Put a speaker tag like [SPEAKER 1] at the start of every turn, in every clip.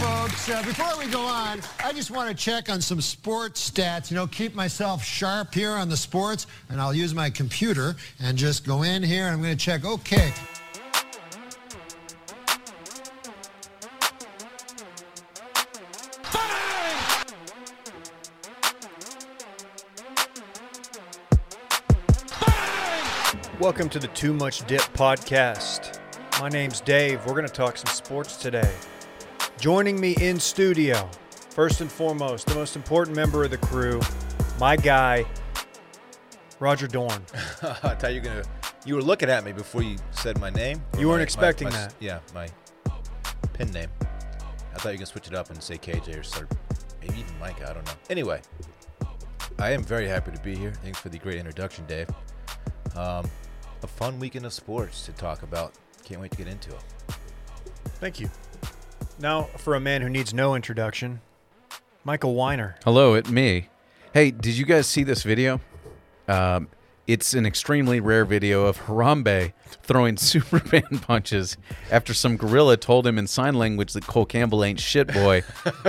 [SPEAKER 1] folks, uh, before we go on, I just want to check on some sports stats. You know, keep myself sharp here on the sports, and I'll use my computer and just go in here and I'm going to check. Okay.
[SPEAKER 2] Welcome to the Too Much Dip podcast. My name's Dave. We're going to talk some sports today. Joining me in studio, first and foremost, the most important member of the crew, my guy, Roger Dorn.
[SPEAKER 3] I thought you were gonna. You were looking at me before you said my name. or
[SPEAKER 2] You weren't
[SPEAKER 3] my- my-
[SPEAKER 2] expecting
[SPEAKER 3] my-
[SPEAKER 2] that.
[SPEAKER 3] Yeah, my pin name. I thought you were gonna switch it up and say KJ or Sir, maybe even Micah. I don't know. Anyway, I am very happy to be here. Thanks for the great introduction, Dave. Um, a fun weekend of sports to talk about. Can't wait to get into it.
[SPEAKER 2] Thank you. Now, for a man who needs no introduction, Michael Weiner.
[SPEAKER 4] Hello, it me. Hey, did you guys see this video? Um, it's an extremely rare video of Harambe throwing Superman punches after some gorilla told him in sign language that Cole Campbell ain't shit boy,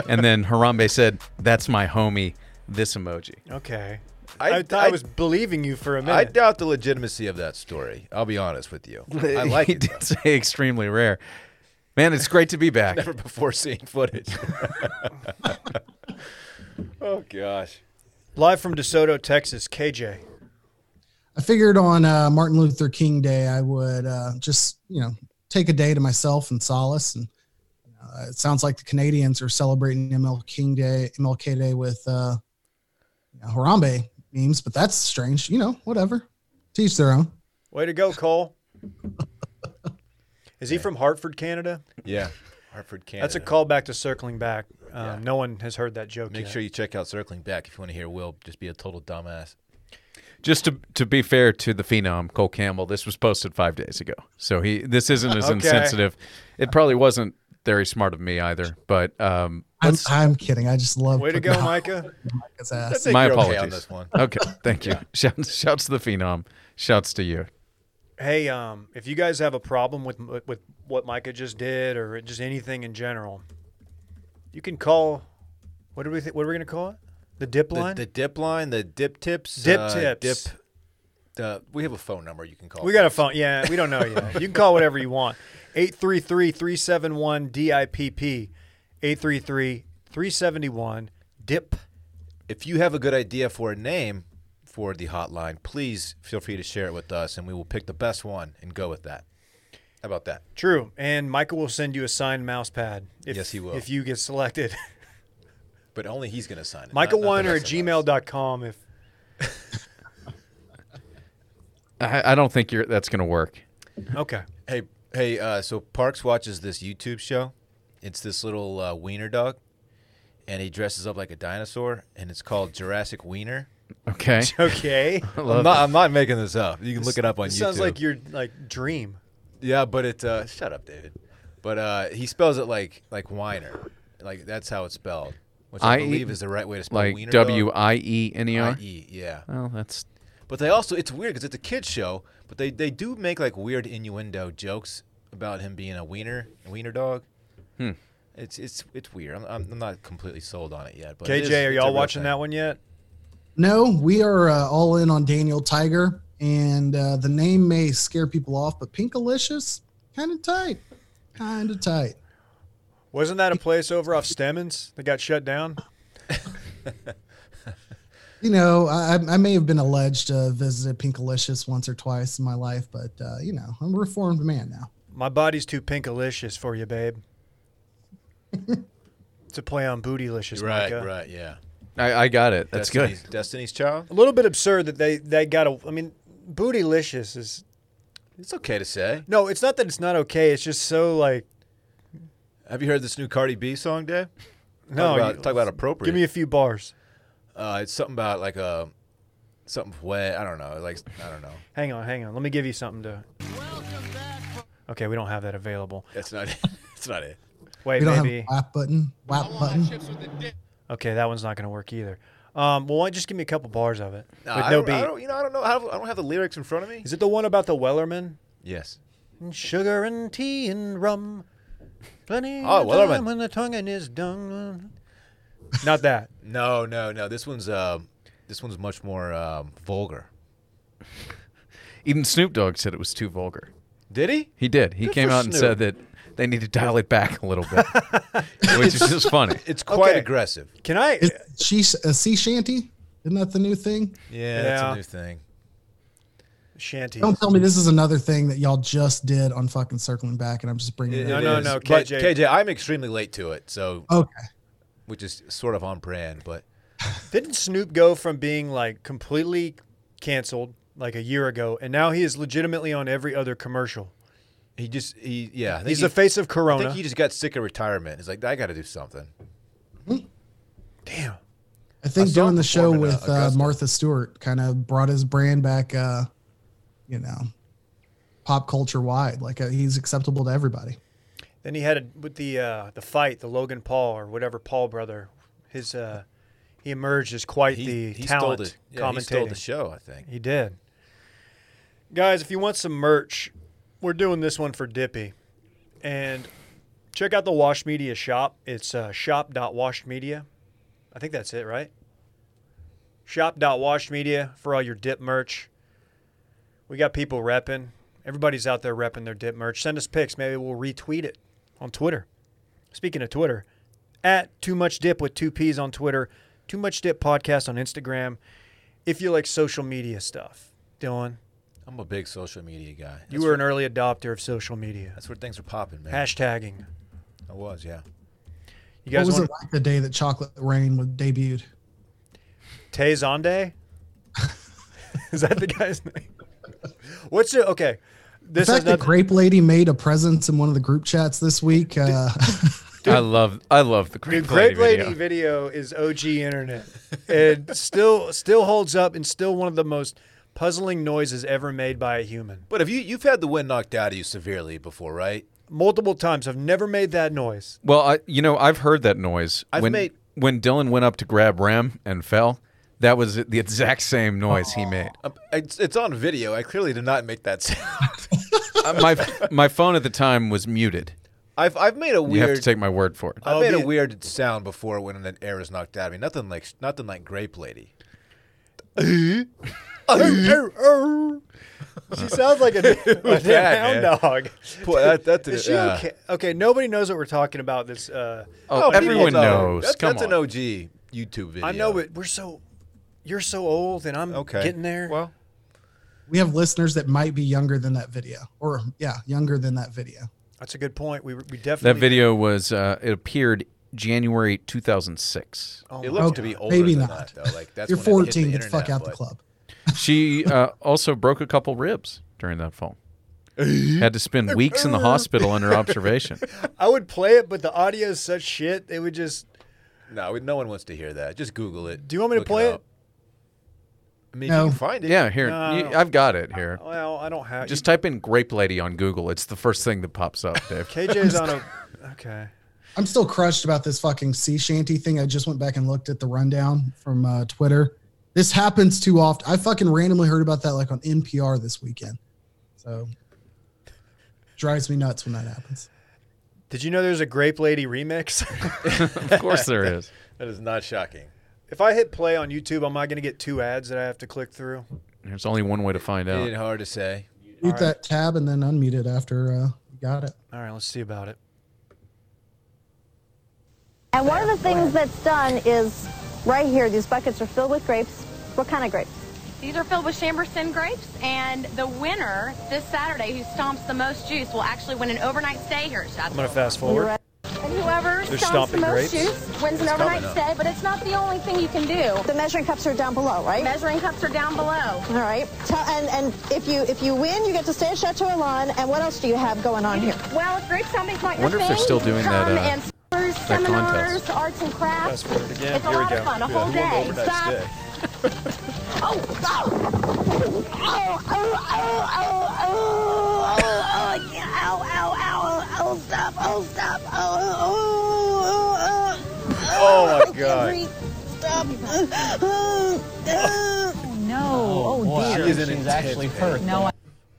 [SPEAKER 4] and then Harambe said, "That's my homie." This emoji.
[SPEAKER 2] Okay.
[SPEAKER 3] I-
[SPEAKER 2] I, I,
[SPEAKER 3] I-
[SPEAKER 2] was believing you for a
[SPEAKER 3] I
[SPEAKER 2] minute.
[SPEAKER 3] doubt the legitimacy of that story. I'll be honest with you. I like
[SPEAKER 4] he
[SPEAKER 3] it.
[SPEAKER 4] did
[SPEAKER 3] though.
[SPEAKER 4] say extremely rare. Man, it's great to be back.
[SPEAKER 3] Never before seeing footage. oh gosh.
[SPEAKER 2] Live from DeSoto, Texas, KJ.
[SPEAKER 5] I figured on uh, Martin Luther King Day, I would uh, just, you know, take a day to myself and solace. And uh, it sounds like the Canadians are celebrating ML King Day, MLK Day with uh, you know, Harambe memes, but that's strange. You know, whatever. Teach their own.
[SPEAKER 2] Way to go, Cole. Is he from Hartford, Canada?
[SPEAKER 3] Yeah. Hartford, Canada.
[SPEAKER 2] That's a callback to circling back. Um, No one has heard that joke
[SPEAKER 3] Make
[SPEAKER 2] yet.
[SPEAKER 3] sure you check out Circling Back if you want to hear Will just be a total dumbass.
[SPEAKER 4] Just to to be fair to the phenom Cole Campbell, this was posted five days ago, so he this isn't as
[SPEAKER 2] Okay.
[SPEAKER 4] insensitive. It probably wasn't very smart of me either, but um,
[SPEAKER 5] I'm, I'm kidding. I just love
[SPEAKER 2] Way to
[SPEAKER 5] putting
[SPEAKER 2] go,
[SPEAKER 5] out
[SPEAKER 2] Micah.
[SPEAKER 5] his ass.
[SPEAKER 4] my
[SPEAKER 3] you're okay on
[SPEAKER 4] apologies.
[SPEAKER 3] this one.
[SPEAKER 4] Okay, thank you. Shouts, shouts to the phenom. Shouts to you.
[SPEAKER 2] Hey, um, if you guys have a problem with with what Micah just did or just anything in general, you can call. What are we? Th- what are we gonna call it? The dip
[SPEAKER 3] The,
[SPEAKER 2] line.
[SPEAKER 3] the dip line, the dip tips.
[SPEAKER 2] Dip
[SPEAKER 3] uh,
[SPEAKER 2] tips.
[SPEAKER 3] Dip. Uh, we have a phone number you can call.
[SPEAKER 2] we got a phone. Yeah, we don't know yet. You can call whatever you want. 833-371-DIPP. 833-371-DIP.
[SPEAKER 3] If you have a good idea for a name for the hotline, please feel free to share it with us and we will pick the best one and go with that. How about that?
[SPEAKER 2] True. And Micah will send you a signed mouse pad. If,
[SPEAKER 3] Yes, he will.
[SPEAKER 2] If you get selected.
[SPEAKER 3] But only he's going to sign it.
[SPEAKER 2] Michael
[SPEAKER 3] not- not
[SPEAKER 2] Weiner
[SPEAKER 3] the
[SPEAKER 2] at
[SPEAKER 3] rest of us.
[SPEAKER 2] gmail.com if
[SPEAKER 4] I, I don't think you're, that's going to work.
[SPEAKER 2] Okay.
[SPEAKER 3] Hey, hey. Uh, so Parks watches this YouTube show. It's this little uh, wiener dog, and he dresses up like a dinosaur, and it's called Jurassic Wiener.
[SPEAKER 4] Okay.
[SPEAKER 2] Okay.
[SPEAKER 3] I'm not, I'm not making this up. You can look it up on
[SPEAKER 2] This
[SPEAKER 3] YouTube.
[SPEAKER 2] Sounds like your like dream.
[SPEAKER 3] yeah, but it. Uh, shut up, David. But uh, he spells it like like Wiener, like that's how it's spelled, which I,
[SPEAKER 4] I E-
[SPEAKER 3] believe is the right way to spell
[SPEAKER 4] like
[SPEAKER 3] wiener
[SPEAKER 4] W
[SPEAKER 3] dog.
[SPEAKER 4] I E N E R.
[SPEAKER 3] I-E, yeah.
[SPEAKER 4] Well, that's
[SPEAKER 3] But they also it's weird because it's a kids show, but they they do make like weird innuendo jokes about him being a wiener a wiener dog. Hmm. It's it's it's weird. I'm, I'm I'm not completely sold on it yet. But it is-
[SPEAKER 2] KJ, are
[SPEAKER 3] it's a
[SPEAKER 2] y'all
[SPEAKER 3] real
[SPEAKER 2] watching
[SPEAKER 3] thing.
[SPEAKER 2] that one yet?
[SPEAKER 5] No, we are uh, all in on Daniel Tiger, and uh, the name may scare people off, but Pinkalicious, kind of tight. Kind of tight.
[SPEAKER 2] Wasn't that a place over off Stemmons that got shut down?
[SPEAKER 5] you know, I, I may have been alleged to have visited Pinkalicious once or twice in my life, but uh, you know, I'm a reformed man now.
[SPEAKER 2] My body's too pinkalicious for you, babe. it's a play on bootylicious,
[SPEAKER 3] Right,
[SPEAKER 2] Micah.
[SPEAKER 3] right, yeah.
[SPEAKER 4] I, I got it. That's good.
[SPEAKER 3] Destiny's, Destiny's Child.
[SPEAKER 2] A little bit absurd that they they got a. I mean, bootylicious is
[SPEAKER 3] It's okay to say.
[SPEAKER 2] no. It's not that it's not okay. It's just so like
[SPEAKER 3] Have you heard this new Cardi B song, Dave?
[SPEAKER 2] no.
[SPEAKER 3] talk about,
[SPEAKER 2] you-
[SPEAKER 3] talk about appropriate.
[SPEAKER 2] give me a few bars.
[SPEAKER 3] uh, it's something about like a something wet. I don't know. Like I don't know.
[SPEAKER 2] Hang on, hang on. Let me give you something to. Okay, we don't have that available.
[SPEAKER 3] That's not. it. That's not it.
[SPEAKER 2] Wait,
[SPEAKER 5] We don't
[SPEAKER 2] maybe.
[SPEAKER 5] have a WAP button. WAP button.
[SPEAKER 2] Okay, that one's not going to work either. Um, well, why just give me a couple bars of it
[SPEAKER 3] No,
[SPEAKER 2] with
[SPEAKER 3] I,
[SPEAKER 2] no
[SPEAKER 3] don't, I
[SPEAKER 2] beat.
[SPEAKER 3] don't- You know, I don't know. I don't, I don't have the lyrics in front of me.
[SPEAKER 2] Is it the one about the Wellerman?
[SPEAKER 3] Yes.
[SPEAKER 2] And sugar and tea and rum. Plenty
[SPEAKER 3] Oh,
[SPEAKER 2] of
[SPEAKER 3] well, I'm
[SPEAKER 2] time
[SPEAKER 3] a-
[SPEAKER 2] when the tongue in his dung. Not that.
[SPEAKER 3] No, no, no. This one's um, this one's much more um, vulgar.
[SPEAKER 4] Even Snoop Dogg said it was too vulgar.
[SPEAKER 2] Did he?
[SPEAKER 4] He did. He
[SPEAKER 2] Good
[SPEAKER 4] came
[SPEAKER 2] for
[SPEAKER 4] out and said that they need to dial it back a little bit, which is just funny.
[SPEAKER 3] It's quite
[SPEAKER 2] Okay.
[SPEAKER 3] aggressive.
[SPEAKER 2] Can I?
[SPEAKER 5] Is she a sea shanty? Isn't that the new thing?
[SPEAKER 3] Yeah, that's
[SPEAKER 2] Yeah.
[SPEAKER 3] a new thing.
[SPEAKER 2] Shanty.
[SPEAKER 5] Don't tell me this is another thing that y'all just did on fucking circling back, and I'm just bringing it.
[SPEAKER 2] No,
[SPEAKER 5] up.
[SPEAKER 3] It
[SPEAKER 2] no,
[SPEAKER 3] is.
[SPEAKER 2] no,
[SPEAKER 3] But
[SPEAKER 2] KJ.
[SPEAKER 3] KJ, I'm extremely late to it, so
[SPEAKER 5] Okay,
[SPEAKER 3] which is sort of on brand, but
[SPEAKER 2] Didn't Snoop go from being like completely canceled like a year ago, and now he is legitimately on every other commercial?
[SPEAKER 3] he just he yeah. I think
[SPEAKER 2] He's
[SPEAKER 3] he,
[SPEAKER 2] the face of
[SPEAKER 3] I
[SPEAKER 2] Corona.
[SPEAKER 3] think he just got sick of retirement. He's like, I got to do something.
[SPEAKER 2] Damn.
[SPEAKER 5] I
[SPEAKER 3] I
[SPEAKER 5] think
[SPEAKER 3] saw him
[SPEAKER 5] doing the show
[SPEAKER 3] perform in, uh,
[SPEAKER 5] with uh,
[SPEAKER 3] Augusta.
[SPEAKER 5] Martha Stewart kind of brought his brand back. Uh, you know, pop culture wide. Like uh, he's acceptable to everybody.
[SPEAKER 2] Then he had a, with the uh, the fight, the Logan Paul or whatever Paul brother. His uh, he emerged as quite
[SPEAKER 3] He,
[SPEAKER 2] the
[SPEAKER 3] he stole
[SPEAKER 2] talent
[SPEAKER 3] the yeah,
[SPEAKER 2] commentator.
[SPEAKER 3] he stole the show. I think.
[SPEAKER 2] He did. Guys, if you want some merch, we're doing this one for Dippy. And check out the Wash Media shop. It's uh, shop.washmedia. I think that's it, right? Shop.washmedia for all your dip merch. We got people repping. Everybody's out there repping their dip merch. Send us pics. Maybe we'll retweet it on Twitter. Speaking of Twitter, at Too Much Dip with two P's on Twitter, Too Much Dip Podcast on Instagram. If you like social media stuff, Dylan,
[SPEAKER 3] I'm a big social media guy.
[SPEAKER 2] you
[SPEAKER 3] That's
[SPEAKER 2] were
[SPEAKER 3] where-
[SPEAKER 2] an early adopter of social media,
[SPEAKER 3] That's where things were popping, man.
[SPEAKER 2] hashtagging.
[SPEAKER 3] I was, yeah.
[SPEAKER 2] You
[SPEAKER 5] What
[SPEAKER 2] guys
[SPEAKER 5] was
[SPEAKER 2] want
[SPEAKER 5] it like the day that Chocolate Rain was debuted?
[SPEAKER 2] Tay Zonday? Is that the guy's name? What's it? Okay,
[SPEAKER 5] The
[SPEAKER 2] this
[SPEAKER 5] fact
[SPEAKER 2] is not.
[SPEAKER 5] that Grape Lady made a presence in one of the group chats this week. Uh,
[SPEAKER 4] I love I love the Great,
[SPEAKER 2] Dude, Grape
[SPEAKER 4] Lady
[SPEAKER 2] Lady
[SPEAKER 4] video.
[SPEAKER 2] video. is OG internet, and still still holds up, and still one of the most puzzling noises ever made by a human.
[SPEAKER 3] But have you you've had the wind knocked out of you severely before, right?
[SPEAKER 2] Multiple times, I've never made that noise.
[SPEAKER 4] Well, I you know I've heard that noise
[SPEAKER 3] I've
[SPEAKER 4] when
[SPEAKER 3] made-
[SPEAKER 4] when Dylan went up to grab Ram and fell. That was the exact same noise he made.
[SPEAKER 3] Um, It's, it's on video. I clearly did not make that sound.
[SPEAKER 4] Uh, my my phone at the time was muted.
[SPEAKER 3] I've I've made a
[SPEAKER 4] You have
[SPEAKER 3] weird
[SPEAKER 4] to take my word for it.
[SPEAKER 3] I made a
[SPEAKER 2] the-
[SPEAKER 3] weird sound before when an air is knocked out of me. Nothing like nothing like grape lady. Oh,
[SPEAKER 2] She sounds like a, a
[SPEAKER 3] that,
[SPEAKER 2] hound
[SPEAKER 3] man?
[SPEAKER 2] dog.
[SPEAKER 3] Boy, that, that did-
[SPEAKER 2] Is she
[SPEAKER 3] yeah.
[SPEAKER 2] okay? Okay, nobody knows what we're talking about. This, uh,
[SPEAKER 4] Oh,
[SPEAKER 3] people
[SPEAKER 4] everyone
[SPEAKER 3] know.
[SPEAKER 4] knows.
[SPEAKER 3] That's,
[SPEAKER 4] Come
[SPEAKER 3] that's
[SPEAKER 4] on.
[SPEAKER 3] an OG YouTube video.
[SPEAKER 2] I know, but we're so, you're so old, and I'm
[SPEAKER 3] Okay.
[SPEAKER 2] getting there.
[SPEAKER 3] Well,
[SPEAKER 5] we have listeners that might be younger than that video, or yeah, younger than that video.
[SPEAKER 2] that's a good point. We we definitely
[SPEAKER 4] That video was uh, it appeared January 2006.
[SPEAKER 2] Oh
[SPEAKER 3] it
[SPEAKER 2] my
[SPEAKER 3] looks
[SPEAKER 2] God.
[SPEAKER 3] to be older
[SPEAKER 5] Maybe
[SPEAKER 3] than
[SPEAKER 5] not.
[SPEAKER 3] that, though. Like that's
[SPEAKER 5] You're
[SPEAKER 3] when it hit The
[SPEAKER 5] 14. Get the
[SPEAKER 3] internet,
[SPEAKER 5] fuck out the
[SPEAKER 3] but-
[SPEAKER 5] club.
[SPEAKER 4] She uh, also broke a couple ribs during that fall. Had to spend weeks in the hospital under observation.
[SPEAKER 2] I would play it, but the audio is such shit. It would just.
[SPEAKER 3] No, we- no one wants to hear that. Just Google it.
[SPEAKER 2] Do you want me to
[SPEAKER 3] Look
[SPEAKER 2] play it?
[SPEAKER 3] up. I mean,
[SPEAKER 5] No.
[SPEAKER 3] if you can find it.
[SPEAKER 4] Yeah, here
[SPEAKER 2] No,
[SPEAKER 4] you,
[SPEAKER 2] no.
[SPEAKER 4] I've got it here.
[SPEAKER 2] Well, I don't have.
[SPEAKER 4] Just type in "grape lady" on Google. It's the first thing that pops up, Dave.
[SPEAKER 2] KJ's on a. Okay.
[SPEAKER 5] I'm still crushed about this fucking sea shanty thing. I just went back and looked at the rundown from uh, Twitter. This happens too often. I fucking randomly heard about that like on NPR this weekend. So drives me nuts when that happens.
[SPEAKER 2] Did you know there's a Grape Lady remix?
[SPEAKER 4] of course there is.
[SPEAKER 3] That is not shocking.
[SPEAKER 2] if I hit play on YouTube, am I going to get two ads that I have to click through?
[SPEAKER 4] There's only one way to find
[SPEAKER 3] It
[SPEAKER 4] out.
[SPEAKER 3] ain't hard to say.
[SPEAKER 5] Mute that tab and then unmute it after uh, you got it.
[SPEAKER 2] All right, let's see about it.
[SPEAKER 6] And one of the things that's done is right here, these buckets are filled with grapes. What kind of grapes?
[SPEAKER 7] These are filled with Chamberson grapes, and the winner this Saturday who stomps the most juice will actually win an overnight stay here at
[SPEAKER 2] I'm
[SPEAKER 7] Chateau.
[SPEAKER 2] going to fast
[SPEAKER 6] You're
[SPEAKER 2] forward.
[SPEAKER 6] right.
[SPEAKER 7] And whoever
[SPEAKER 2] They're
[SPEAKER 7] stomps the
[SPEAKER 2] stomping grapes.
[SPEAKER 7] most juice wins an
[SPEAKER 3] coming
[SPEAKER 7] overnight
[SPEAKER 3] up.
[SPEAKER 7] stay, but it's not the only thing you can do.
[SPEAKER 6] The measuring cups are down below, right?
[SPEAKER 7] Measuring cups are down below.
[SPEAKER 6] All right. Tell, and and if you if you win, you get to stay at Chateau Alon. And what else do you have going on here?
[SPEAKER 7] Well, if grape stomping's not your
[SPEAKER 4] Wonder if
[SPEAKER 7] thing,
[SPEAKER 4] they're still doing that,
[SPEAKER 7] come
[SPEAKER 4] uh,
[SPEAKER 7] and tours, seminars,
[SPEAKER 4] contest.
[SPEAKER 7] arts and crafts.
[SPEAKER 2] Fast forward again.
[SPEAKER 7] It's a
[SPEAKER 2] here
[SPEAKER 7] lot
[SPEAKER 2] we go.
[SPEAKER 7] of fun, a
[SPEAKER 2] Yeah, who
[SPEAKER 7] whole
[SPEAKER 2] won the
[SPEAKER 7] day.
[SPEAKER 2] overnight
[SPEAKER 7] Stop.
[SPEAKER 2] stay?
[SPEAKER 7] Oh, oh, oh, oh, oh, oh, oh, oh, oh, yeah, ow, ow, ow, oh, stop, oh, stop, oh, oh, oh, oh,
[SPEAKER 2] Oh, my God.
[SPEAKER 7] stop.
[SPEAKER 6] No. Oh,
[SPEAKER 3] She
[SPEAKER 6] dear.
[SPEAKER 3] is an intense, man.
[SPEAKER 6] No.
[SPEAKER 3] You,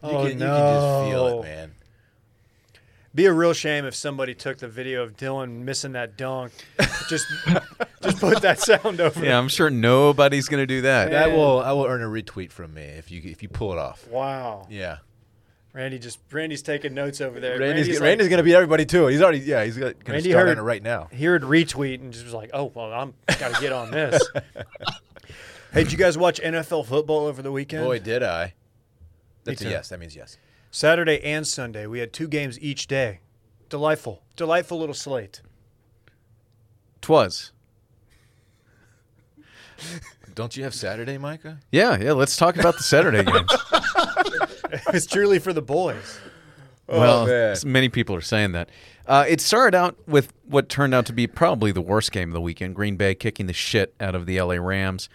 [SPEAKER 2] Oh,
[SPEAKER 3] can, you can
[SPEAKER 2] no.
[SPEAKER 3] just feel it, man.
[SPEAKER 2] Be a real shame if somebody took the video of Dylan missing that dunk. Just, just put that sound over.
[SPEAKER 4] Yeah, I'm sure nobody's going to do that.
[SPEAKER 3] That will I will earn a retweet from me if you if you pull it off.
[SPEAKER 2] it. Wow.
[SPEAKER 3] Yeah.
[SPEAKER 2] Randy just Randy's taking notes over there.
[SPEAKER 3] Randy's, Randy's,
[SPEAKER 2] like,
[SPEAKER 3] gonna be everybody too. He's already yeah. He's gonna
[SPEAKER 2] Randy
[SPEAKER 3] start
[SPEAKER 2] heard-
[SPEAKER 3] on it right now.
[SPEAKER 2] he heard retweet and just was like, "Oh well, I'm got to get on this." hey, did you guys watch NFL football over the weekend?
[SPEAKER 3] Boy, did I! That's a
[SPEAKER 2] too.
[SPEAKER 3] yes. That means yes.
[SPEAKER 2] Saturday and Sunday, we had two games each day. Delightful, delightful little slate.
[SPEAKER 4] Twas.
[SPEAKER 3] Don't you have Saturday, Micah?
[SPEAKER 4] Yeah, yeah. Let's talk about the Saturday games.
[SPEAKER 2] It's truly for the boys.
[SPEAKER 4] well,
[SPEAKER 3] man.
[SPEAKER 4] s- many people are saying that. Uh, it started out with what turned out to be probably the worst game of the weekend. Green Bay kicking the shit out of the LA Rams.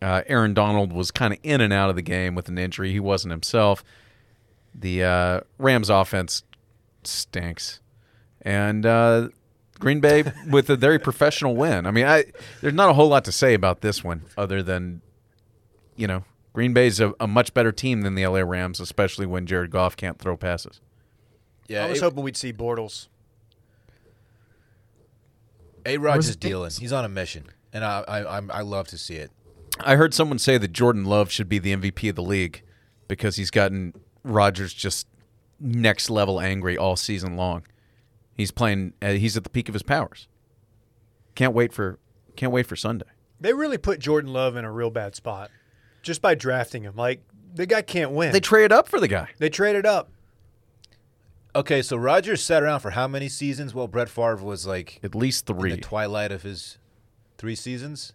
[SPEAKER 4] Uh, Aaron Donald was kind of in and out of the game with an injury. He wasn't himself. The uh, Rams offense stinks, and uh, Green Bay with a very professional win. I mean, I there's not a whole lot to say about this one other than you know Green Bay's a, a much better team than the LA Rams, especially when Jared Goff can't throw passes.
[SPEAKER 3] Yeah.
[SPEAKER 2] I was
[SPEAKER 3] it-
[SPEAKER 2] hoping we'd see Bortles.
[SPEAKER 3] A Rod's
[SPEAKER 5] Was
[SPEAKER 3] is
[SPEAKER 5] it-
[SPEAKER 3] dealing. He's on a mission, and I I I'm, I love to see it.
[SPEAKER 4] I heard someone say that Jordan Love should be the MVP of the league because he's gotten Rodgers just next level angry all season long. He's playing. Uh, he's at the peak of his powers. Can't wait for can't wait for Sunday.
[SPEAKER 2] They really put Jordan Love in a real bad spot just by drafting him. Like the guy can't win.
[SPEAKER 4] They trade up for the guy.
[SPEAKER 2] they traded up.
[SPEAKER 3] Okay, so Rogers sat around for how many seasons? Well, Brett Favre was like
[SPEAKER 4] At least
[SPEAKER 3] in the
[SPEAKER 4] three.
[SPEAKER 3] twilight of his three seasons.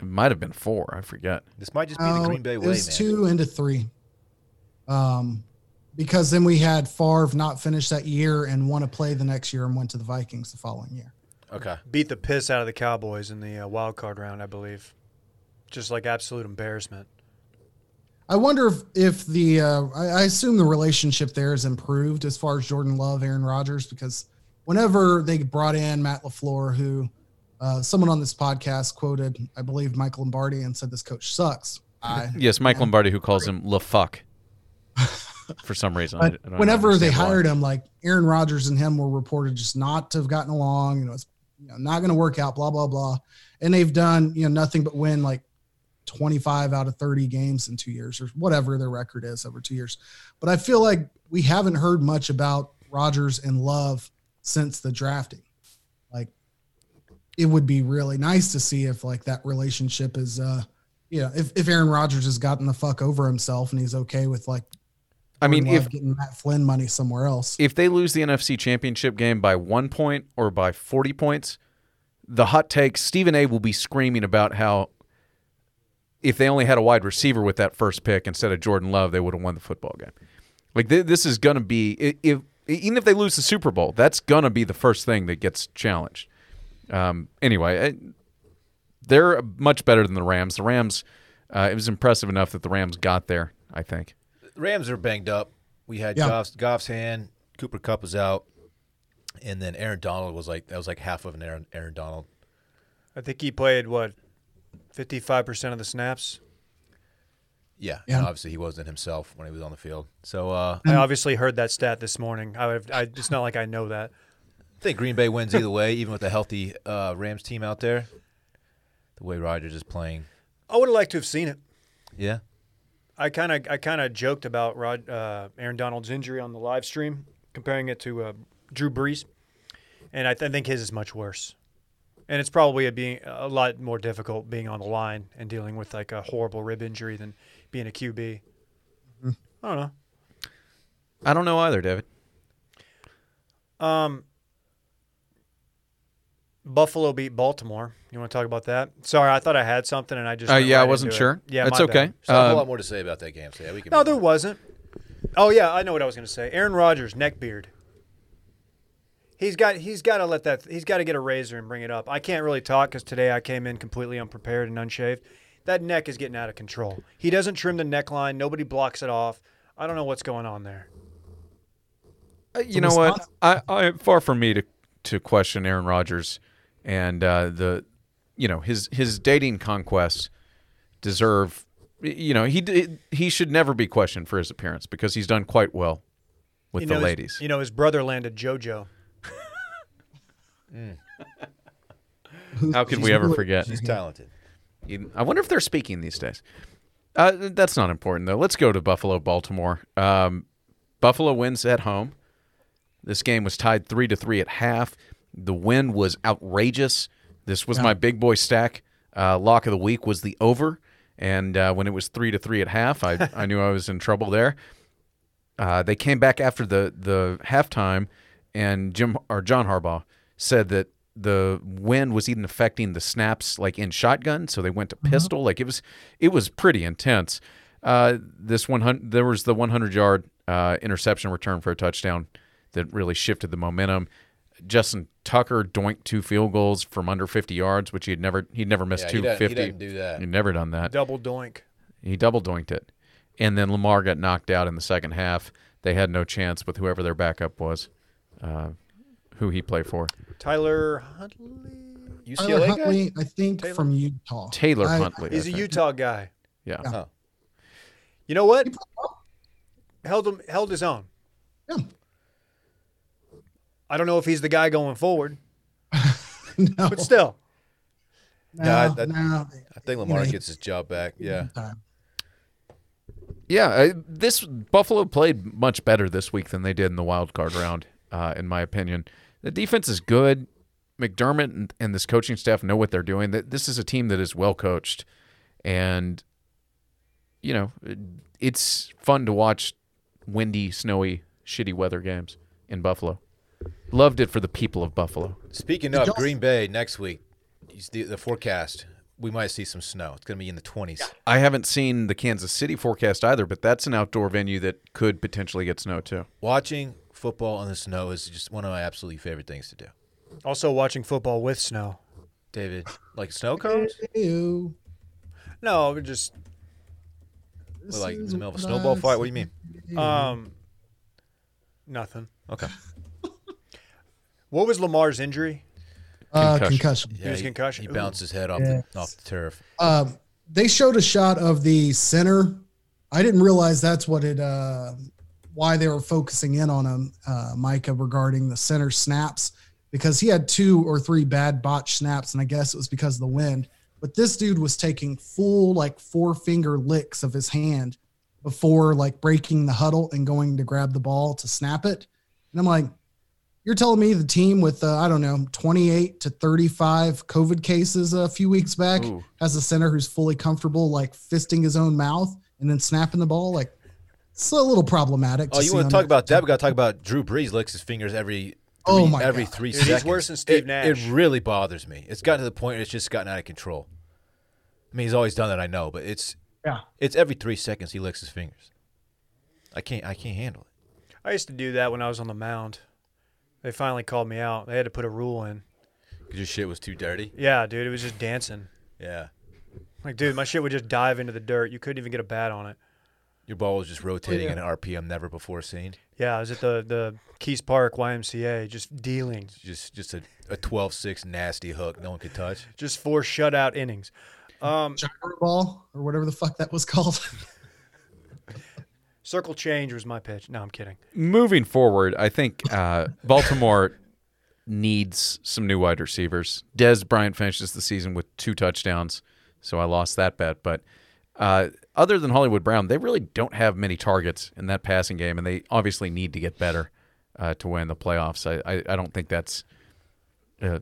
[SPEAKER 4] It might have been four. I forget.
[SPEAKER 3] This might just be
[SPEAKER 5] No,
[SPEAKER 3] the Green Bay
[SPEAKER 5] Um, Oh, it
[SPEAKER 3] way, man.
[SPEAKER 5] was two into three. Um, because then we had Favre not finish that year and want to play the next year and went to the Vikings the following year.
[SPEAKER 3] okay,
[SPEAKER 2] Beat the piss out of the Cowboys in the uh, wild card round, I believe. Just like absolute embarrassment.
[SPEAKER 5] I wonder if, if the uh, I, I assume the relationship there has improved as far as Jordan Love, Aaron Rodgers, because whenever they brought in Matt Lafleur, who uh, someone on this podcast quoted, I believe Mike Lombardi, and said this coach sucks. I
[SPEAKER 4] Yes, Mike Lombardi, who calls him La Fuck, for some reason. I
[SPEAKER 5] But
[SPEAKER 4] don't
[SPEAKER 5] whenever they
[SPEAKER 4] understand why.
[SPEAKER 5] hired him, like Aaron Rodgers and him were reported just not to have gotten along. You know, it's you know, not going to work out. Blah blah blah. And they've done you know nothing but win like twenty five out of thirty games in two years or whatever their record is over two years. But I feel like we haven't heard much about Rodgers and Love since the drafting. Like, it would be really nice to see if like that relationship is. uh you know, if, if Aaron Rodgers has gotten the fuck over himself and he's okay with like
[SPEAKER 4] I mean,
[SPEAKER 5] Jordan
[SPEAKER 4] if
[SPEAKER 5] Love getting Matt Flynn money somewhere else.
[SPEAKER 4] if they lose the NFC Championship game by one point or by 40 points, the hot take Stephen A will be screaming about how if they only had a wide receiver with that first pick instead of Jordan Love, they would have won the football game. Like th- this is going to be i- if even if they lose the Super Bowl, that's going to be the first thing that gets challenged. Um, anyway, I, they're much better than the Rams. The Rams, uh, it was impressive enough that the Rams got there. I think.
[SPEAKER 3] Rams are banged up. We had
[SPEAKER 5] Yeah.
[SPEAKER 3] Goff's, Goff's hand. Cooper Cup was out, and then Aaron Donald was like that was like half of an Aaron, Aaron Donald.
[SPEAKER 2] I think he played, what, 55% of the snaps?
[SPEAKER 3] Yeah, and
[SPEAKER 5] Yeah.
[SPEAKER 3] obviously he wasn't himself when he was on the field. So uh,
[SPEAKER 2] I obviously heard that stat this morning. I, would- I It's not like I know that.
[SPEAKER 3] I think Green Bay wins either way, even with a healthy uh, Rams team out there. The way Rodgers is playing,
[SPEAKER 2] I would have liked to have seen it.
[SPEAKER 3] yeah,
[SPEAKER 2] I kind of I kind of joked about Rod uh, Aaron Donald's injury on the live stream, comparing it to uh, Drew Brees, and I, th- I think his is much worse. And it's probably a being a lot more difficult being on the line and dealing with like a horrible rib injury than being a QB. I don't know.
[SPEAKER 4] I don't know either, David.
[SPEAKER 2] Buffalo beat Baltimore. You want to talk about that? Sorry, I thought I had something and I just
[SPEAKER 4] Uh,
[SPEAKER 2] went
[SPEAKER 4] yeah,
[SPEAKER 2] right
[SPEAKER 4] I wasn't
[SPEAKER 2] into it.
[SPEAKER 4] sure.
[SPEAKER 2] Yeah,
[SPEAKER 4] it's
[SPEAKER 2] my bad.
[SPEAKER 4] okay.
[SPEAKER 3] So not a
[SPEAKER 4] Um,
[SPEAKER 3] whole lot more to say about that game. So yeah, we can.
[SPEAKER 2] No, there wasn't. Oh yeah, I know what I was going to say. Aaron Rodgers, neckbeard. He's got he's got to let that he's got to get a razor and bring it up. I can't really talk because today I came in completely unprepared and unshaved. That neck is getting out of control. He doesn't trim the neckline. Nobody blocks it off. I don't know what's going on there.
[SPEAKER 4] Uh, you know what? I, I far from me to to question Aaron Rodgers and uh, the you know his his dating conquests deserve you know he d- he should never be questioned for his appearance because he's done quite well with
[SPEAKER 2] you
[SPEAKER 4] the
[SPEAKER 2] know, his-
[SPEAKER 4] ladies.
[SPEAKER 2] you know, his brother landed JoJo.
[SPEAKER 4] How could we ever forget?
[SPEAKER 3] She's talented.
[SPEAKER 4] You- I wonder if they're speaking these days. Uh, that's not important though. Let's go to Buffalo, Baltimore. Um, Buffalo wins at home. This game was tied three to three at half. The win was outrageous. This was my big boy stack. Uh, lock of the week was the over, and uh, when it was three to three at half, I, I knew I was in trouble there. Uh, they came back after the the halftime, and Jim or John Harbaugh said that the wind was even affecting the snaps like in shotgun, so they went to
[SPEAKER 3] Mm-hmm.
[SPEAKER 4] pistol. Like it was, it was pretty intense. Uh, this one hundred, there was the one hundred yard uh, interception return for a touchdown that really shifted the momentum. Justin Tucker doinked two field goals from under fifty yards, which he had never he'd never missed
[SPEAKER 3] Yeah, he
[SPEAKER 4] two
[SPEAKER 3] doesn't- he
[SPEAKER 4] fifty.
[SPEAKER 3] doesn't do that.
[SPEAKER 4] He'd never done that.
[SPEAKER 2] Double doink.
[SPEAKER 4] He double doinked it. And then Lamar got knocked out in the second half. They had no chance with whoever their backup was, uh, who he played for.
[SPEAKER 2] Tyler Huntley.
[SPEAKER 5] Tyler
[SPEAKER 3] UCLA guy?
[SPEAKER 5] Huntley, I think from Utah.
[SPEAKER 4] Taylor
[SPEAKER 5] I-
[SPEAKER 4] Huntley. I
[SPEAKER 2] He's a
[SPEAKER 4] think.
[SPEAKER 2] Utah guy.
[SPEAKER 4] Yeah.
[SPEAKER 3] Oh.
[SPEAKER 2] You know what? Held him held his own.
[SPEAKER 5] Yeah.
[SPEAKER 2] I don't know if he's the guy going forward,
[SPEAKER 5] No,
[SPEAKER 2] but still.
[SPEAKER 5] no,
[SPEAKER 3] Yeah, I- that-
[SPEAKER 5] no.
[SPEAKER 3] I think Lamar
[SPEAKER 5] he-
[SPEAKER 3] gets his job back. Yeah.
[SPEAKER 5] Time.
[SPEAKER 4] Yeah. I, this Buffalo played much better this week than they did in the wild card round, uh, in my opinion. The defense is good. McDermott and, and this coaching staff know what they're doing. Th- This is a team that is well coached, and you know it- it's fun to watch windy, snowy, shitty weather games in Buffalo. Loved it for the people of Buffalo.
[SPEAKER 3] Speaking of Green Bay next week, you see the forecast, we might see some snow. It's going to be in the 20s.
[SPEAKER 4] I haven't seen the Kansas City forecast either, but that's an outdoor venue that could potentially get snow too.
[SPEAKER 3] Watching football in the snow is just one of my absolutely favorite things to do.
[SPEAKER 2] Also watching football with snow.
[SPEAKER 3] David, like snow cones?
[SPEAKER 5] Ew.
[SPEAKER 2] No, we're just
[SPEAKER 5] This
[SPEAKER 3] Like in
[SPEAKER 5] is
[SPEAKER 3] the middle of a
[SPEAKER 5] what
[SPEAKER 3] snowball
[SPEAKER 5] I
[SPEAKER 3] fight? What do you mean?
[SPEAKER 2] um nothing.
[SPEAKER 3] Okay.
[SPEAKER 2] What was Lamar's injury?
[SPEAKER 5] Uh,
[SPEAKER 4] Concussion.
[SPEAKER 5] concussion.
[SPEAKER 3] Yeah,
[SPEAKER 2] was
[SPEAKER 3] he,
[SPEAKER 2] concussion.
[SPEAKER 3] He
[SPEAKER 2] Ooh.
[SPEAKER 3] bounced his head off, the, off the turf.
[SPEAKER 5] Um, they showed a shot of the center. I didn't realize that's what it, uh, why they were focusing in on him, uh, Micah, regarding the center snaps, because he had two or three bad botch snaps, and I guess it was because of the wind. But this dude was taking full like four finger licks of his hand before like breaking the huddle and going to grab the ball to snap it. And I'm like, you're telling me the team with uh, I don't know 28 to 35 COVID cases a few weeks back
[SPEAKER 4] Ooh.
[SPEAKER 5] has a center who's fully comfortable like fisting his own mouth and then snapping the ball like it's a little problematic.
[SPEAKER 3] Oh, you
[SPEAKER 5] see
[SPEAKER 3] want
[SPEAKER 5] on
[SPEAKER 3] to talk
[SPEAKER 5] that.
[SPEAKER 3] about that? We got to talk about Drew Brees licks his fingers every
[SPEAKER 5] Oh
[SPEAKER 3] three-
[SPEAKER 5] my
[SPEAKER 3] every
[SPEAKER 5] God.
[SPEAKER 3] three
[SPEAKER 2] Dude, he's
[SPEAKER 3] seconds.
[SPEAKER 2] worse than Steve
[SPEAKER 3] it,
[SPEAKER 2] Nash.
[SPEAKER 3] It really bothers me. It's gotten to the point it's just gotten out of control. I mean, he's always done that, I know, but it's
[SPEAKER 5] Yeah.
[SPEAKER 3] it's every three seconds he licks his fingers. I can't I can't handle it.
[SPEAKER 2] I used to do that when I was on the mound. They finally called me out. They had to put a rule in.
[SPEAKER 3] 'Cause your shit was too dirty.
[SPEAKER 2] Yeah, dude, it was just dancing.
[SPEAKER 3] Yeah,
[SPEAKER 2] Like, dude, my shit would just dive into the dirt. You couldn't even get a bat on it.
[SPEAKER 3] your ball was just rotating at an RPM never before seen.
[SPEAKER 2] Yeah, I was at the the Keys Park YMCA, just dealing,
[SPEAKER 3] Just just a, a 12-6 nasty hook no one could touch.
[SPEAKER 2] just four shutout innings. Um,
[SPEAKER 5] gyro ball or whatever the fuck that was called.
[SPEAKER 2] circle change was my pitch. No, I'm kidding.
[SPEAKER 4] Moving forward, I think uh, Baltimore needs some new wide receivers. Des Bryant finishes the season with two touchdowns, so I lost that bet. But uh, other than Hollywood Brown, they really don't have many targets in that passing game, and they obviously need to get better uh, to win the playoffs. I, I, I don't think that's uh,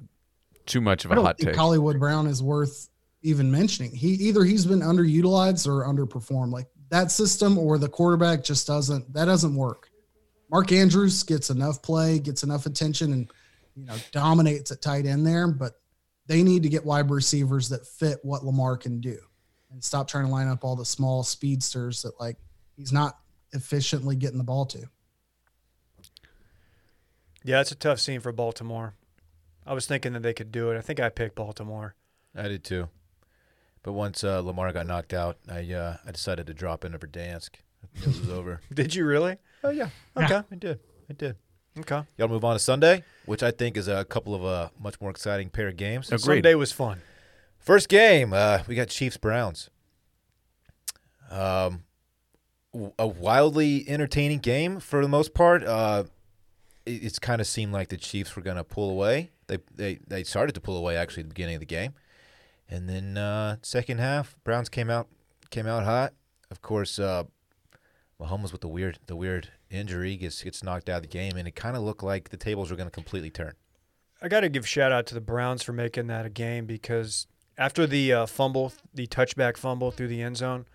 [SPEAKER 4] too much of
[SPEAKER 5] I
[SPEAKER 4] a
[SPEAKER 5] don't
[SPEAKER 4] hot
[SPEAKER 5] think
[SPEAKER 4] take.
[SPEAKER 5] Hollywood Brown is worth even mentioning. He either he's been underutilized or underperformed. Like that system or the quarterback just doesn't that doesn't work. Mark Andrews gets enough play, gets enough attention, and you know dominates at tight end there. But they need to get wide receivers that fit what Lamar can do, and stop trying to line up all the small speedsters that like he's not efficiently getting the ball to.
[SPEAKER 2] Yeah, it's a tough scene for Baltimore. I was thinking that they could do it. I think I picked Baltimore.
[SPEAKER 3] I did too. But once uh, Lamar got knocked out, I uh, I decided to drop in over Dansk. It was over.
[SPEAKER 2] Did you really?
[SPEAKER 3] Oh yeah.
[SPEAKER 2] Okay.
[SPEAKER 3] I did. I did.
[SPEAKER 2] Okay.
[SPEAKER 3] Y'all move on to Sunday, which I think is a couple of uh, much more exciting pair of games.
[SPEAKER 4] Agreed.
[SPEAKER 2] Sunday was fun.
[SPEAKER 3] First game, uh, we got Chiefs Browns. Um, a wildly entertaining game for the most part. Uh, it, it's kind of seemed like the Chiefs were going to pull away. They, they they started to pull away actually at the beginning of the game, and then uh, second half Browns came out came out hot. Of course, uh, Mahomes with the weird the weird injury gets gets knocked out of the game, and it kind of looked like the tables were going to completely turn.
[SPEAKER 2] I got to give shout out to the Browns for making that a game because after the uh, fumble, the touchback fumble through the end zone,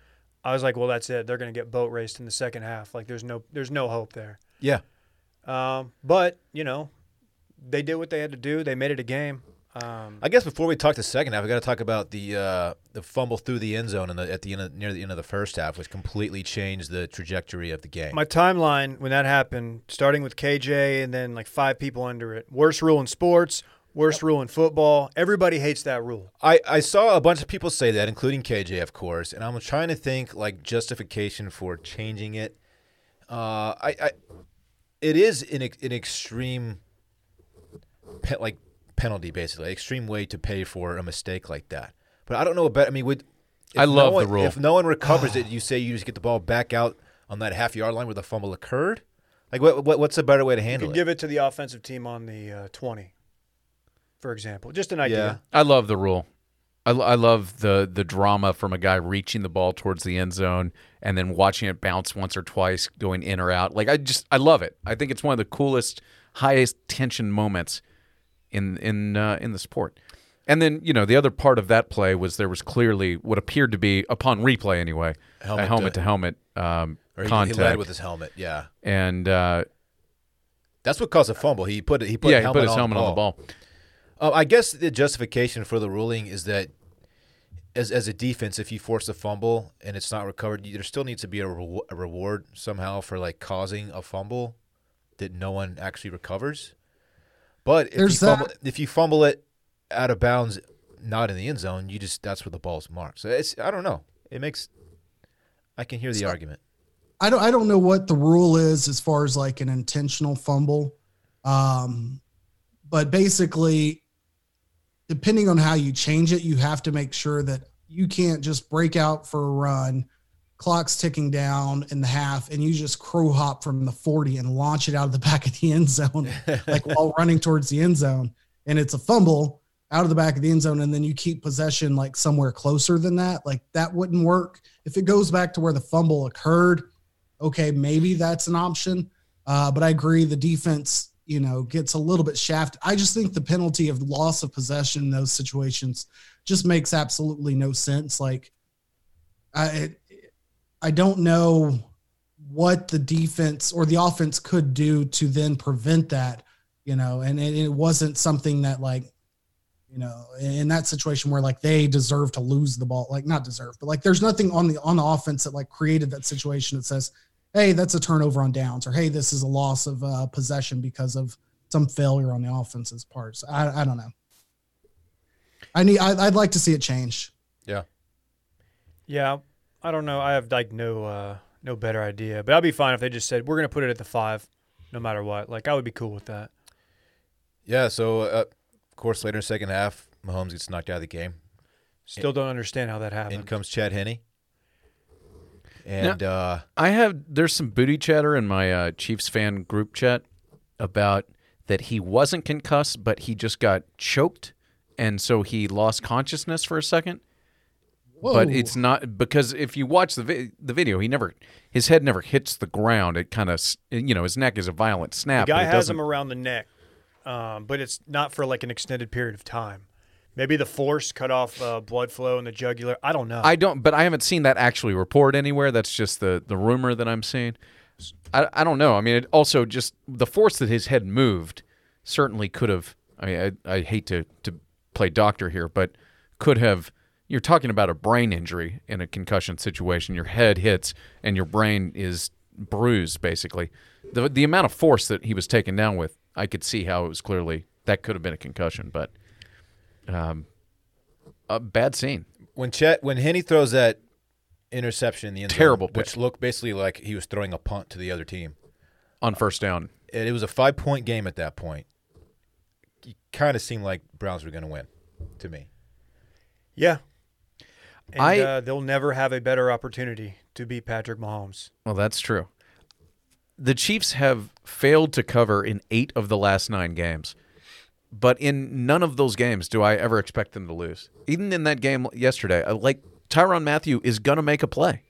[SPEAKER 2] I was like, well, that's it. They're going to get boat raced in the second half. Like there's no there's no hope there.
[SPEAKER 3] Yeah,
[SPEAKER 2] Um, but you know, they did what they had to do. They made it a game. Um,
[SPEAKER 3] I guess before we talk the second half, we got to talk about the uh, the fumble through the end zone in the, at the end of, near the end of the first half, which completely changed the trajectory of the game.
[SPEAKER 2] my timeline when that happened, starting with KJ and then like five people under it. Worst rule in sports. Worst rule in football. Everybody hates that rule.
[SPEAKER 3] I, I saw a bunch of people say that, including KJ, of course, and I'm trying to think like justification for changing it. Uh, I, I it is an ex- an extreme pe- like penalty, basically, extreme way to pay for a mistake like that. But I don't know about. I mean, would if
[SPEAKER 4] I love
[SPEAKER 3] no one,
[SPEAKER 4] the rule.
[SPEAKER 3] If no one recovers it, you say you just get the ball back out on that half yard line where the fumble occurred. Like, what, what what's a better way to
[SPEAKER 2] You
[SPEAKER 3] handle
[SPEAKER 2] could
[SPEAKER 3] it?
[SPEAKER 2] give it to the offensive team on the uh, twenty, for example. Just an idea.
[SPEAKER 3] yeah,
[SPEAKER 4] I love the rule. I, lo- I love the the drama from a guy reaching the ball towards the end zone and then watching it bounce once or twice, going in or out. Like I just I love it. I think it's one of the coolest, highest tension moments in in uh, in the sport. And then you know the other part of that play was there was clearly what appeared to be upon replay anyway
[SPEAKER 3] Helmet
[SPEAKER 4] a
[SPEAKER 3] to-
[SPEAKER 4] helmet to helmet um,
[SPEAKER 3] or he, he
[SPEAKER 4] contact
[SPEAKER 3] led with his helmet. Yeah,
[SPEAKER 4] and uh,
[SPEAKER 3] that's what caused a fumble. He put he put
[SPEAKER 4] yeah
[SPEAKER 3] a
[SPEAKER 4] he
[SPEAKER 3] helmet
[SPEAKER 4] put his helmet on the ball.
[SPEAKER 3] Uh, I guess the justification for the ruling is that as, as a defense, if you force a fumble and it's not recovered, you- there still needs to be a, re- a reward somehow for like causing a fumble that no one actually recovers. But if you,
[SPEAKER 5] There's
[SPEAKER 3] fumble,
[SPEAKER 5] that.
[SPEAKER 3] if you fumble it out of bounds, not in the end zone, you just that's where the ball's marked. So it's I don't know. It makes I can hear the argument.
[SPEAKER 5] I don't I don't know what the rule is as far as like an intentional fumble. Um, but basically depending on how you change it, you have to make sure that you can't just break out for a run, clock's ticking down in the half, and you just crow hop from the 40 and launch it out of the back of the end zone, like while running towards the end zone. And it's a fumble out of the back of the end zone, and then you keep possession like somewhere closer than that. Like that wouldn't work. If it goes back to where the fumble occurred, okay, maybe that's an option. Uh, but I agree, the defense, you know, gets a little bit shafted. I just think the penalty of loss of possession in those situations just makes absolutely no sense. Like, I, it- I don't know what the defense or the offense could do to then prevent that, you know, and it, it wasn't something that like, you know, in that situation where like they deserve to lose the ball, like not deserve, but like there's nothing on the on the offense that like created that situation that says, hey, that's a turnover on downs, or hey, this is a loss of uh, possession because of some failure on the offense's part. So I, I don't know. I need. I, I'd like to see it change.
[SPEAKER 2] Yeah, I don't know. I have like no uh, no better idea, but I'd be fine if they just said we're gonna put it at the five, no matter what. Like I would be cool with that.
[SPEAKER 3] Yeah. So uh, of course later in the second half, Mahomes gets knocked out of the game.
[SPEAKER 2] Still don't understand how that
[SPEAKER 3] In
[SPEAKER 2] happened.
[SPEAKER 3] comes Chad Henney. And uh,
[SPEAKER 4] I have there's some booty chatter in my uh, Chiefs fan group chat about that he wasn't concussed, but he just got choked, and so he lost consciousness for a second. But it's not because if you watch the vi- the video, he never his head never hits the ground. It kind of you know his neck is a violent
[SPEAKER 2] The
[SPEAKER 4] snap.
[SPEAKER 2] guy
[SPEAKER 4] but it
[SPEAKER 2] has
[SPEAKER 4] doesn't-
[SPEAKER 2] him around the neck, um, but it's not for like an extended period of time. Maybe the force cut off uh, blood flow in the jugular. I don't know.
[SPEAKER 4] I don't, but I haven't seen that actually report anywhere. That's just the the rumor that I'm seeing. I, I don't know. I mean, it also just the force that his head moved certainly could have. I mean, I, I hate to to play doctor here, but could have. You're talking about a brain injury in a concussion situation. Your head hits and your brain is bruised. Basically, the the amount of force that he was taken down with, I could see how it was clearly that could have been a concussion, but um, a bad scene.
[SPEAKER 3] when Chet when Henny throws that interception in the end zone,
[SPEAKER 4] Terrible pick.
[SPEAKER 3] which looked basically like he was throwing a punt to the other team.
[SPEAKER 4] On first down,
[SPEAKER 3] And it was a five point game at that point. It kind of seemed like Browns were going to win, to me.
[SPEAKER 2] yeah, And
[SPEAKER 4] I-
[SPEAKER 2] uh, they'll never have a better opportunity to beat Patrick Mahomes.
[SPEAKER 4] Well, that's true. The Chiefs have failed to cover in eight of the last nine games, but in none of those games do I ever expect them to lose. Even in that game yesterday, I- like Tyron Matthew is going to make a play,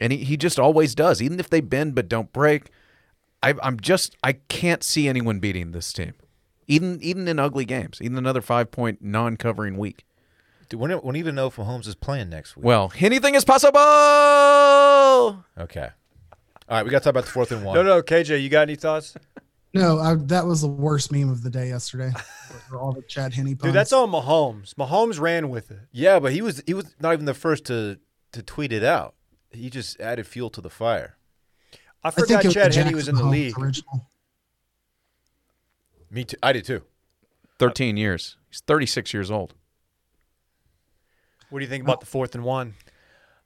[SPEAKER 4] and he, he just always does, even if they bend but don't break. I, I'm just I can't see anyone beating this team, even even in ugly games, even another five point non covering week.
[SPEAKER 3] Dude, we don't, we don't even know if Mahomes is playing next week.
[SPEAKER 4] Well, anything is possible.
[SPEAKER 3] okay. All right, we got to talk about the fourth and one.
[SPEAKER 2] No, no, KJ, you got any thoughts?
[SPEAKER 5] No, I, that was the worst meme of the day yesterday. for all the Chad Henney puns.
[SPEAKER 2] Dude, that's on Mahomes. Mahomes ran with it.
[SPEAKER 3] Yeah, but he was he was not even the first to to tweet it out. He just added fuel to the fire.
[SPEAKER 2] I
[SPEAKER 5] I
[SPEAKER 2] forgot
[SPEAKER 5] it was
[SPEAKER 2] Chad
[SPEAKER 5] the
[SPEAKER 2] Henney was in the
[SPEAKER 5] Jackson Mahomes
[SPEAKER 2] league.
[SPEAKER 5] Original.
[SPEAKER 3] Me too. I did too.
[SPEAKER 4] Thirteen years. He's thirty six years old.
[SPEAKER 2] What do you think about the fourth and one?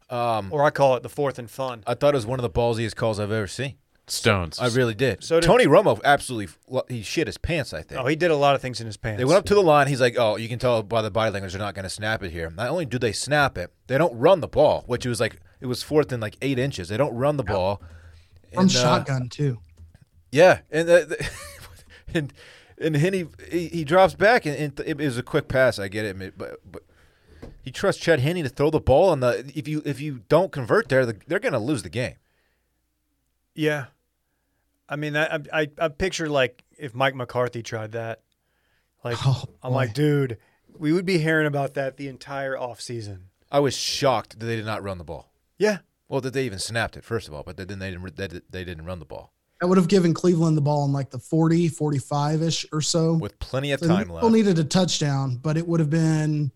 [SPEAKER 2] Um, or I call it the fourth and fun.
[SPEAKER 3] I thought it was one of the ballsiest calls I've ever seen.
[SPEAKER 4] Stones.
[SPEAKER 3] I really did.
[SPEAKER 2] So did-
[SPEAKER 3] Tony Romo absolutely f- he shit his pants. I think
[SPEAKER 2] Oh, he did a lot of things in his pants.
[SPEAKER 3] they went up to the line. He's like, "Oh, you can tell by the body language they're not going to snap it here." Not only do they snap it, they don't run the ball, which was like it was fourth and like eight inches. They don't run the ball.
[SPEAKER 5] From
[SPEAKER 3] And, uh,
[SPEAKER 5] shotgun too.
[SPEAKER 3] Yeah, and the, the, and and Henny he, he drops back and, and it was a quick pass. I get it, but but he trusts Chad Henney to throw the ball on the. If you if you don't convert there, the, they're going to lose the game.
[SPEAKER 2] Yeah, I mean, I, I- I I picture like if Mike McCarthy tried that, like
[SPEAKER 5] Oh,
[SPEAKER 2] I'm like, dude, we would be hearing about that the entire offseason.
[SPEAKER 3] I was shocked that they did not run the ball.
[SPEAKER 2] Yeah,
[SPEAKER 3] Well, that they even snapped it first of all, but then they didn't. They, they didn't run the ball
[SPEAKER 5] That would have given Cleveland the ball in like the 40, 45 ish or so.
[SPEAKER 3] with plenty of
[SPEAKER 5] So
[SPEAKER 3] time
[SPEAKER 5] they
[SPEAKER 3] left.
[SPEAKER 5] still needed a touchdown, but it would have been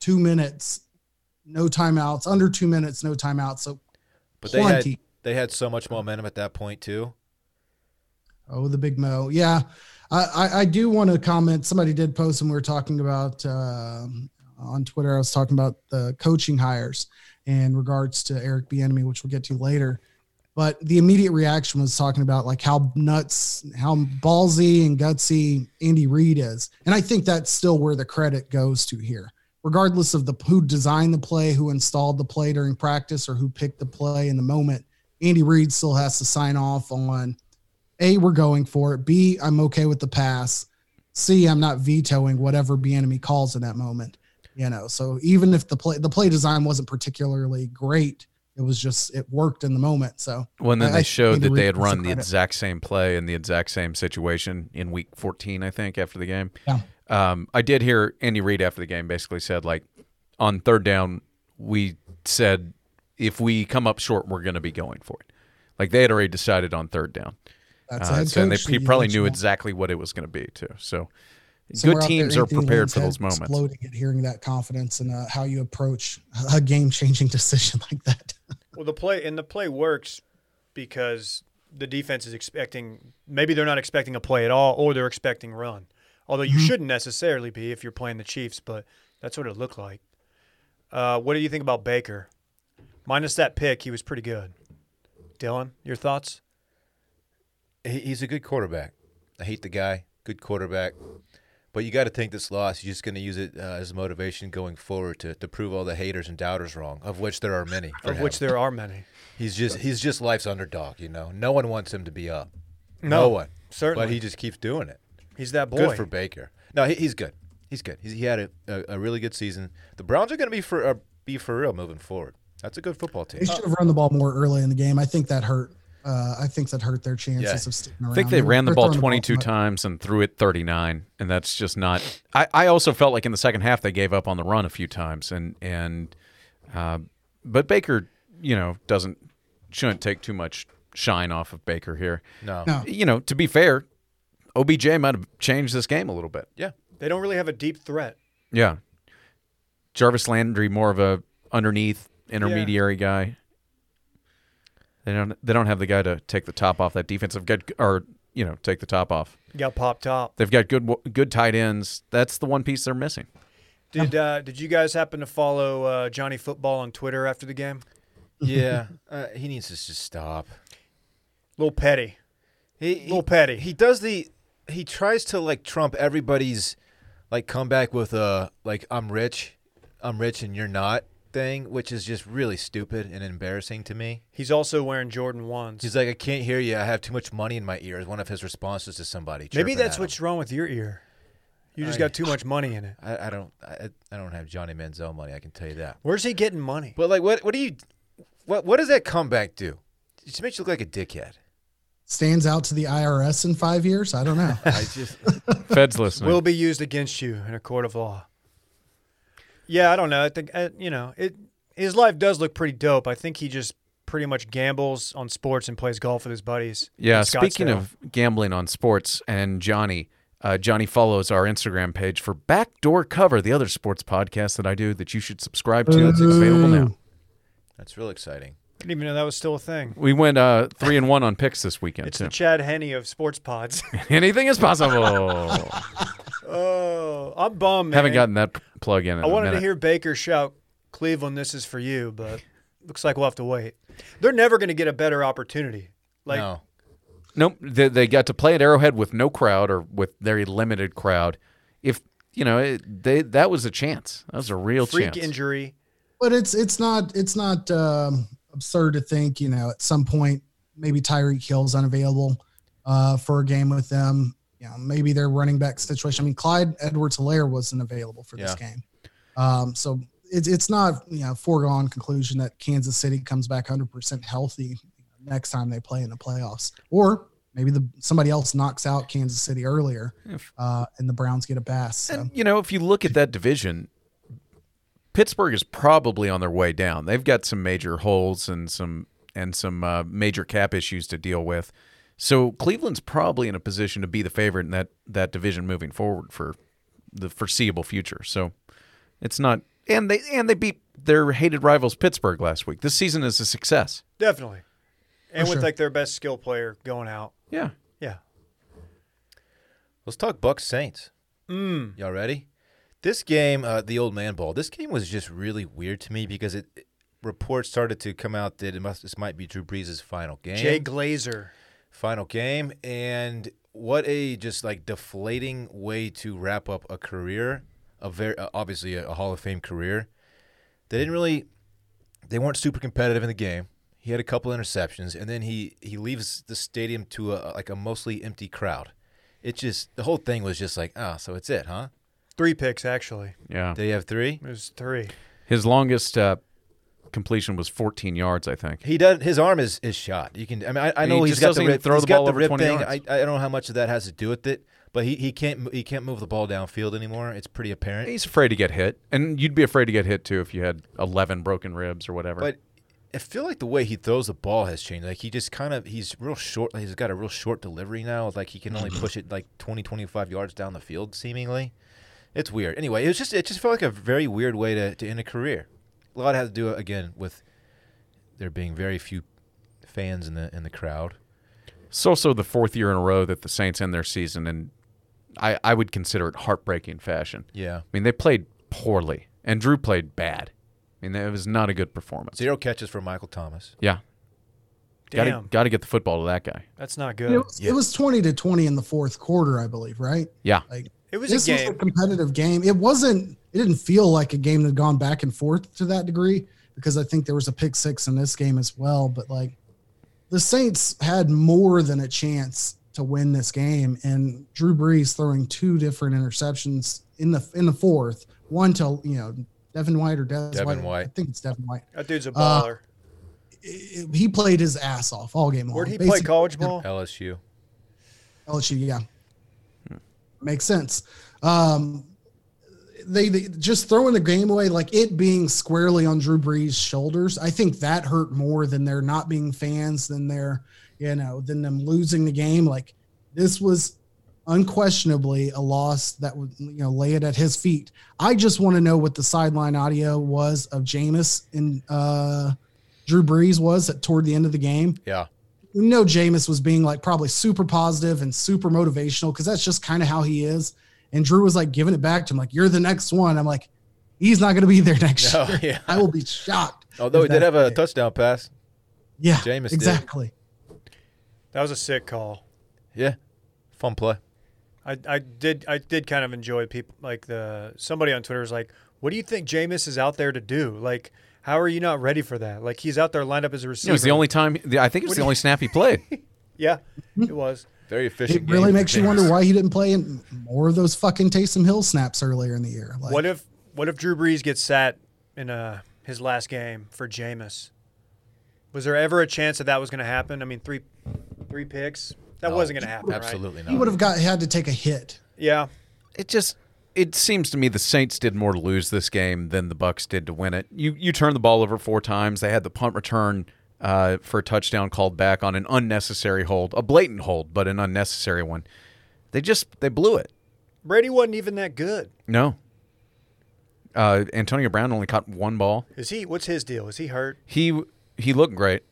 [SPEAKER 5] two minutes, no timeouts, under two minutes, no timeouts. So,
[SPEAKER 3] but they had
[SPEAKER 5] plenty.
[SPEAKER 3] they had so much momentum at that point too.
[SPEAKER 5] oh, the big mo. Yeah. I, I, I do want to comment. Somebody did post when we were talking about um, on Twitter, I was talking about the coaching hires in regards to Eric Bieniemy, which we'll get to later. But the immediate reaction was talking about like how nuts, how ballsy and gutsy Andy Reid is, and I think that's still where the credit goes to here, regardless of the who designed the play, who installed the play during practice, or who picked the play in the moment. Andy Reid still has to sign off on a we're going for it. B I'm okay with the pass. C I'm not vetoing whatever enemy calls in that moment. You know, so even if the play the play design wasn't particularly great, it was just it worked in the moment. So
[SPEAKER 4] Well, and then
[SPEAKER 5] I- I
[SPEAKER 4] they showed
[SPEAKER 5] think the
[SPEAKER 4] that they had
[SPEAKER 5] Ravens
[SPEAKER 4] run the
[SPEAKER 5] credit.
[SPEAKER 4] exact same play in the exact same situation in week 14, I think, after the game.
[SPEAKER 5] Yeah.
[SPEAKER 4] Um, I did hear Andy Reid after the game basically said, like, on third down, we said, if we come up short, we're going to be going for it. Like, they had already decided on third down.
[SPEAKER 5] that's a
[SPEAKER 4] Uh,
[SPEAKER 5] head
[SPEAKER 4] so and they,
[SPEAKER 5] coach
[SPEAKER 4] he
[SPEAKER 5] that you
[SPEAKER 4] probably
[SPEAKER 5] let
[SPEAKER 4] knew
[SPEAKER 5] you
[SPEAKER 4] exactly what it was going to be, too. So good
[SPEAKER 5] somewhere out there,
[SPEAKER 4] teams are
[SPEAKER 5] Anthony
[SPEAKER 4] prepared
[SPEAKER 5] Lynn's
[SPEAKER 4] for
[SPEAKER 5] head
[SPEAKER 4] those moments.
[SPEAKER 5] Exploding at hearing that confidence and uh, how you approach a game changing decision like that.
[SPEAKER 2] well, the play and the play works because the defense is expecting. Maybe they're not expecting a play at all, or they're expecting run. Although you shouldn't necessarily be if you're playing the Chiefs, but that's what it looked like. Uh, what do you think about Baker? Minus that pick, he was pretty good. Dylan, your thoughts?
[SPEAKER 3] He- He's a good quarterback. I hate the guy. Good quarterback. But you got to take this loss. You're just going to use it uh, as motivation going forward to, to prove all the haters and doubters wrong, of which there are many. for
[SPEAKER 2] Of
[SPEAKER 3] him.
[SPEAKER 2] which there are many.
[SPEAKER 3] he's just he's just life's underdog. You know, no one wants him to be up. No,
[SPEAKER 2] No,
[SPEAKER 3] one
[SPEAKER 2] certainly.
[SPEAKER 3] But he just keeps doing it.
[SPEAKER 2] He's that boy.
[SPEAKER 3] Good for Baker. No, he, he's good. He's good. He's, he had a, a, a really good season. The Browns are going to be for uh, be for real moving forward. That's a good football team.
[SPEAKER 5] They should have run the ball more early in the game. I think that hurt. Uh, I think that hurt their chances
[SPEAKER 3] Yeah.
[SPEAKER 5] of sticking around.
[SPEAKER 4] I think they ran the
[SPEAKER 5] They're
[SPEAKER 4] ball
[SPEAKER 5] throwing
[SPEAKER 4] 22
[SPEAKER 5] too much.
[SPEAKER 4] times and threw it 39, and that's just not. I, I also felt like in the second half they gave up on the run a few times, and and uh, but Baker, you know, doesn't shouldn't take too much shine off of Baker here.
[SPEAKER 3] No.
[SPEAKER 5] No.
[SPEAKER 4] You know, to be fair, OBJ might have changed this game a little bit.
[SPEAKER 3] Yeah.
[SPEAKER 2] They don't really have a deep threat.
[SPEAKER 4] Yeah, Jarvis Landry more of a underneath intermediary guy. They don't they don't have the guy to take the top off that defensive guy or you know take the top off.
[SPEAKER 2] You got pop top.
[SPEAKER 4] They've got good good tight ends. That's the one piece they're missing.
[SPEAKER 2] Did uh, did you guys happen to follow uh, Johnny Football on Twitter after the game?
[SPEAKER 3] Yeah. uh, he needs to just stop.
[SPEAKER 2] Little petty.
[SPEAKER 3] He, he-
[SPEAKER 2] Little petty.
[SPEAKER 3] He does the. He tries to like trump everybody's, like comeback with uh like I'm rich, I'm rich and you're not. Th- thing, which is just really stupid and embarrassing to me.
[SPEAKER 2] He's also wearing Jordan 1s.
[SPEAKER 3] He's like, I can't hear you. I have too much money in my ears. One of his responses to somebody.
[SPEAKER 2] Maybe
[SPEAKER 3] chirping
[SPEAKER 2] that's
[SPEAKER 3] at
[SPEAKER 2] what's
[SPEAKER 3] him.
[SPEAKER 2] wrong with your ear. You just
[SPEAKER 3] I-
[SPEAKER 2] got too much money in it.
[SPEAKER 3] I, I don't. I, I don't have Johnny Manziel money. I can tell you that.
[SPEAKER 2] Where's he getting money?
[SPEAKER 3] But like, what? What do you? What? What does that comeback do? It just makes you look like a dickhead.
[SPEAKER 5] Stands out to the IRS in five years. I don't know.
[SPEAKER 3] I just.
[SPEAKER 4] Feds listening.
[SPEAKER 2] Will be used against you in a court of law. Yeah, I don't know. I think uh, you know it. His life does look pretty dope. I think he just pretty much gambles on sports and plays golf with his buddies. in
[SPEAKER 4] Yeah, speaking
[SPEAKER 2] Scottsdale.
[SPEAKER 4] of gambling on sports and Johnny, uh, Johnny follows our Instagram page for Backdoor Cover, the other sports podcast that I do that you should subscribe to. It's available now.
[SPEAKER 3] that's real exciting.
[SPEAKER 2] didn't even know that was still a thing.
[SPEAKER 4] We went uh, three and one on picks this weekend
[SPEAKER 2] It's
[SPEAKER 4] too.
[SPEAKER 2] the Chad Henney of sports pods.
[SPEAKER 4] Anything is possible.
[SPEAKER 2] oh, I'm bummed. Man.
[SPEAKER 4] Haven't gotten that p- plug in. in
[SPEAKER 2] I
[SPEAKER 4] a
[SPEAKER 2] wanted to
[SPEAKER 4] minute.
[SPEAKER 2] hear Baker shout, "Cleveland, this is for you," but looks like we'll have to wait. They're never going to get a better opportunity. Like
[SPEAKER 3] no,
[SPEAKER 4] Nope, they, they got to play at Arrowhead with no crowd or with very limited crowd. If you know, it, they that was a chance. That was a real
[SPEAKER 2] freak
[SPEAKER 4] chance.
[SPEAKER 2] injury.
[SPEAKER 5] but it's it's not it's not um, absurd to think you know at some point maybe Tyreek Hill's unavailable uh, for a game with them. You know, maybe their running back situation. I mean, Clyde Edwards Hilaire wasn't available for this game, um, so it's it's not you know foregone conclusion that Kansas City comes back 100 percent healthy next time they play in the playoffs, or maybe the somebody else knocks out Kansas City earlier, uh, and the Browns get a pass. So.
[SPEAKER 4] And you know, if you look at that division, Pittsburgh is probably on their way down. They've got some major holes and some and some uh, major cap issues to deal with. So Cleveland's probably in a position to be the favorite in that that division moving forward for the foreseeable future. So it's not and they and they beat their hated rivals Pittsburgh last week. This season is a success.
[SPEAKER 2] Definitely. And with
[SPEAKER 5] sure.
[SPEAKER 2] like their best skill player going out.
[SPEAKER 4] Yeah.
[SPEAKER 2] Yeah.
[SPEAKER 3] let's talk Bucks Saints. Mm. Y'all ready? This game, uh, the old man ball. This game was just really weird to me because it, reports started to come out that it must this might be Drew Brees' final game.
[SPEAKER 2] Jay Glazer.
[SPEAKER 3] final game and what a just like deflating way to wrap up a career a very uh, obviously a, a hall of fame career they didn't really they weren't super competitive in the game he had a couple interceptions and then he he leaves the stadium to a like a mostly empty crowd it just the whole thing was just like ah so it's it huh
[SPEAKER 2] Three picks actually.
[SPEAKER 4] Yeah.
[SPEAKER 3] they have three
[SPEAKER 2] It was three.
[SPEAKER 4] His longest uh, completion was 14 yards, I think.
[SPEAKER 3] He does. His arm is, is shot. You can. I mean, I, I
[SPEAKER 4] He
[SPEAKER 3] know he's
[SPEAKER 4] just
[SPEAKER 3] got
[SPEAKER 4] doesn't
[SPEAKER 3] the
[SPEAKER 4] even
[SPEAKER 3] rip.
[SPEAKER 4] throw
[SPEAKER 3] he's
[SPEAKER 4] the
[SPEAKER 3] got
[SPEAKER 4] ball
[SPEAKER 3] the
[SPEAKER 4] over
[SPEAKER 3] rip
[SPEAKER 4] 20
[SPEAKER 3] thing. I,
[SPEAKER 4] yards.
[SPEAKER 3] I don't know how much of that has to do with it, but he, he can't mo- he can't move the ball downfield anymore. It's pretty apparent.
[SPEAKER 4] He's afraid to get hit, and you'd be afraid to get hit too if you had eleven broken ribs or whatever.
[SPEAKER 3] But I feel like the way he throws the ball has changed. Like he just kind of he's real short. He's got a real short delivery now. Like he can only push it like 20, 25 yards down the field. Seemingly, it's weird. Anyway, it was just it just felt like a very weird way to, to end a career. A lot has to do again with there being very few fans in the in the crowd.
[SPEAKER 4] it's also the fourth year in a row that the Saints end their season, and I, I would consider it heartbreaking fashion.
[SPEAKER 3] Yeah.
[SPEAKER 4] I mean they played poorly, and Drew played bad. I mean it was not a good performance.
[SPEAKER 3] Zero catches for Michael Thomas.
[SPEAKER 4] Yeah,
[SPEAKER 2] Damn.
[SPEAKER 4] got to get the football to that guy.
[SPEAKER 2] That's not
[SPEAKER 5] It
[SPEAKER 2] good.
[SPEAKER 5] was, it was 20 to 20 in the fourth quarter, I believe, right?
[SPEAKER 4] Yeah,
[SPEAKER 5] Like
[SPEAKER 2] It was
[SPEAKER 5] this
[SPEAKER 2] a
[SPEAKER 5] was a
[SPEAKER 2] game.
[SPEAKER 5] competitive game. It wasn't it didn't feel like a game that had gone back and forth to that degree because I think there was a pick six in this game as well, but like the Saints had more than a chance to win this game and Drew Brees throwing two different interceptions in the in the fourth, one to, you know, Devin White or Des
[SPEAKER 3] Devin
[SPEAKER 5] White.
[SPEAKER 3] White.
[SPEAKER 5] I think it's Devin White.
[SPEAKER 2] That dude's a
[SPEAKER 5] Uh,
[SPEAKER 2] baller.
[SPEAKER 5] I- I- He played his ass off all game long.
[SPEAKER 2] Where'd he play
[SPEAKER 5] Basically,
[SPEAKER 2] college ball?
[SPEAKER 3] LSU.
[SPEAKER 5] LSU, yeah. Makes sense. Um, they, they just throwing the game away, like it being squarely on Drew Brees' shoulders. I think that hurt more than their not being fans, than their, you know, than them losing the game. Like this was unquestionably a loss that would, you know, lay it at his feet. I just want to know what the sideline audio was of Jameis and uh, Drew Brees was at toward the end of the game
[SPEAKER 3] Yeah.
[SPEAKER 5] we know Jameis was being like probably super positive and super motivational because that's just kind of how he is. And Drew was like giving it back to him, like, you're the next one. I'm like, he's not going to be there next
[SPEAKER 3] No,
[SPEAKER 5] year.
[SPEAKER 3] yeah.
[SPEAKER 5] I will be shocked.
[SPEAKER 3] Although he
[SPEAKER 5] if
[SPEAKER 3] did
[SPEAKER 5] that-
[SPEAKER 3] have a touchdown pass.
[SPEAKER 5] yeah,
[SPEAKER 3] Jameis did.
[SPEAKER 5] exactly.
[SPEAKER 2] That was a sick call.
[SPEAKER 3] Yeah. Fun play.
[SPEAKER 2] I, I did I did kind of enjoy people like the somebody on Twitter was like, What do you think Jameis is out there to do? Like How are you not ready for that? Like he's out there lined up as a receiver.
[SPEAKER 4] It was the only time. I think it was the only snap he played.
[SPEAKER 2] Yeah, it was.
[SPEAKER 3] Very efficient.
[SPEAKER 5] It really
[SPEAKER 3] game
[SPEAKER 5] makes you wonder
[SPEAKER 3] defense.
[SPEAKER 5] why he didn't play in more of those fucking Taysom Hill snaps earlier in the year. Like,
[SPEAKER 2] What if what if Drew Brees gets sat in uh, his last game for Jameis? Was there ever a chance that that was going to happen? I mean, three three picks. That wasn't going to happen. right?
[SPEAKER 3] Absolutely
[SPEAKER 5] he
[SPEAKER 3] not.
[SPEAKER 5] would have got had to take a hit?
[SPEAKER 2] Yeah.
[SPEAKER 4] It just it seems to me the Saints did more to lose this game than the Bucks did to win it. You you turned the ball over four times. They had the punt return uh, for a touchdown called back on an unnecessary hold, a blatant hold, but an unnecessary one. They just they blew it.
[SPEAKER 2] Brady wasn't even that good.
[SPEAKER 4] No. Uh, Antonio Brown only caught one ball.
[SPEAKER 2] Is he? What's his deal? Is he hurt?
[SPEAKER 4] He he looked great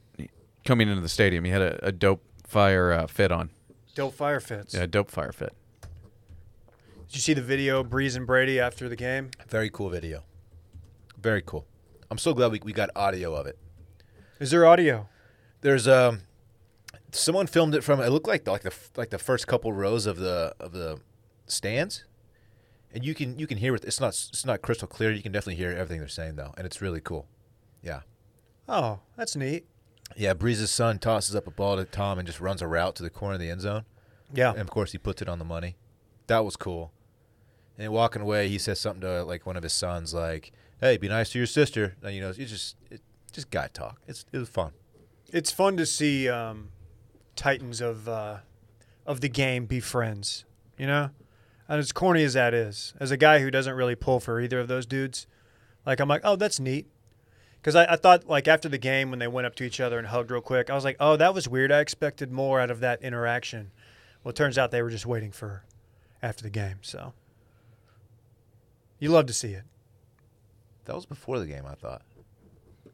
[SPEAKER 4] coming into the stadium. He had a, a dope fire uh, fit on.
[SPEAKER 2] Dope fire fits.
[SPEAKER 4] A dope fire fit.
[SPEAKER 2] Did you see the video of Breeze and Brady after the game?
[SPEAKER 3] Very cool video. Very cool. I'm so glad we, we got audio of it.
[SPEAKER 2] Is there audio?
[SPEAKER 3] There's um, someone filmed it from. It looked like the, like the like the first couple rows of the of the stands, and you can you can hear it. It's not it's not crystal clear. You can definitely hear everything they're saying though, and it's really cool. Yeah,
[SPEAKER 2] Oh, that's neat.
[SPEAKER 3] yeah. Breeze's son tosses up a ball to Tom and just runs a route to the corner of the end zone,
[SPEAKER 2] Yeah.
[SPEAKER 3] and of course he puts it on the money. That was cool. And walking away, he says something to like one of his sons, like, "Hey, be nice to your sister." And, you know, it's just it, just guy talk. It's it was fun.
[SPEAKER 2] It's fun to see um, titans of uh, of the game be friends. You know, and as corny as that is, as a guy who doesn't really pull for either of those dudes, like I'm like, oh, that's neat. Because I, I thought like after the game when they went up to each other and hugged real quick, I was like, oh, that was weird. I expected more out of that interaction. Well, it turns out they were just waiting for after the game. So you love to see it.
[SPEAKER 3] That was before the game, I thought.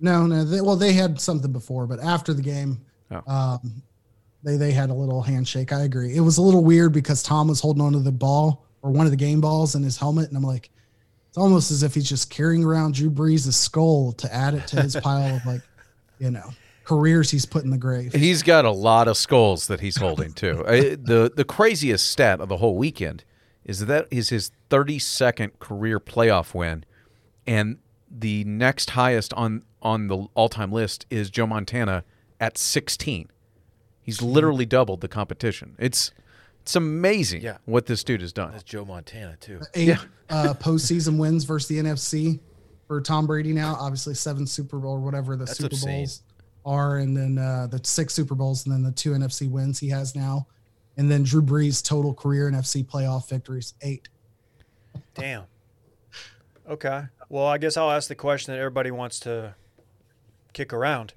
[SPEAKER 5] No, no. They, well, they had something before, but after the game, um, they they had a little handshake. I agree. It was a little weird because Tom was holding onto the ball or one of the game balls in his helmet, and I'm like, it's almost as if he's just carrying around Drew Brees' skull to add it to his pile of like, you know, careers he's put in the grave.
[SPEAKER 4] He's got a lot of skulls that he's holding too. I, the the craziest stat of the whole weekend is that is his 32nd career playoff win, and the next highest on on the all time list is Joe Montana at 16. He's
[SPEAKER 3] Hmm.
[SPEAKER 4] literally doubled the competition. It's it's amazing
[SPEAKER 3] Yeah.
[SPEAKER 4] what this dude has done.
[SPEAKER 3] That's Joe Montana too.
[SPEAKER 5] Eight uh, postseason wins versus the NFC for Tom Brady now. Obviously, seven Super Bowl or whatever the
[SPEAKER 3] That's
[SPEAKER 5] Super
[SPEAKER 3] obscene.
[SPEAKER 5] Bowls are, and then uh, the six Super Bowls, and then the two NFC wins he has now, and then Drew Brees' total career NFC playoff victories eight.
[SPEAKER 2] Damn. Okay. Well, I guess I'll ask the question that everybody wants to kick around.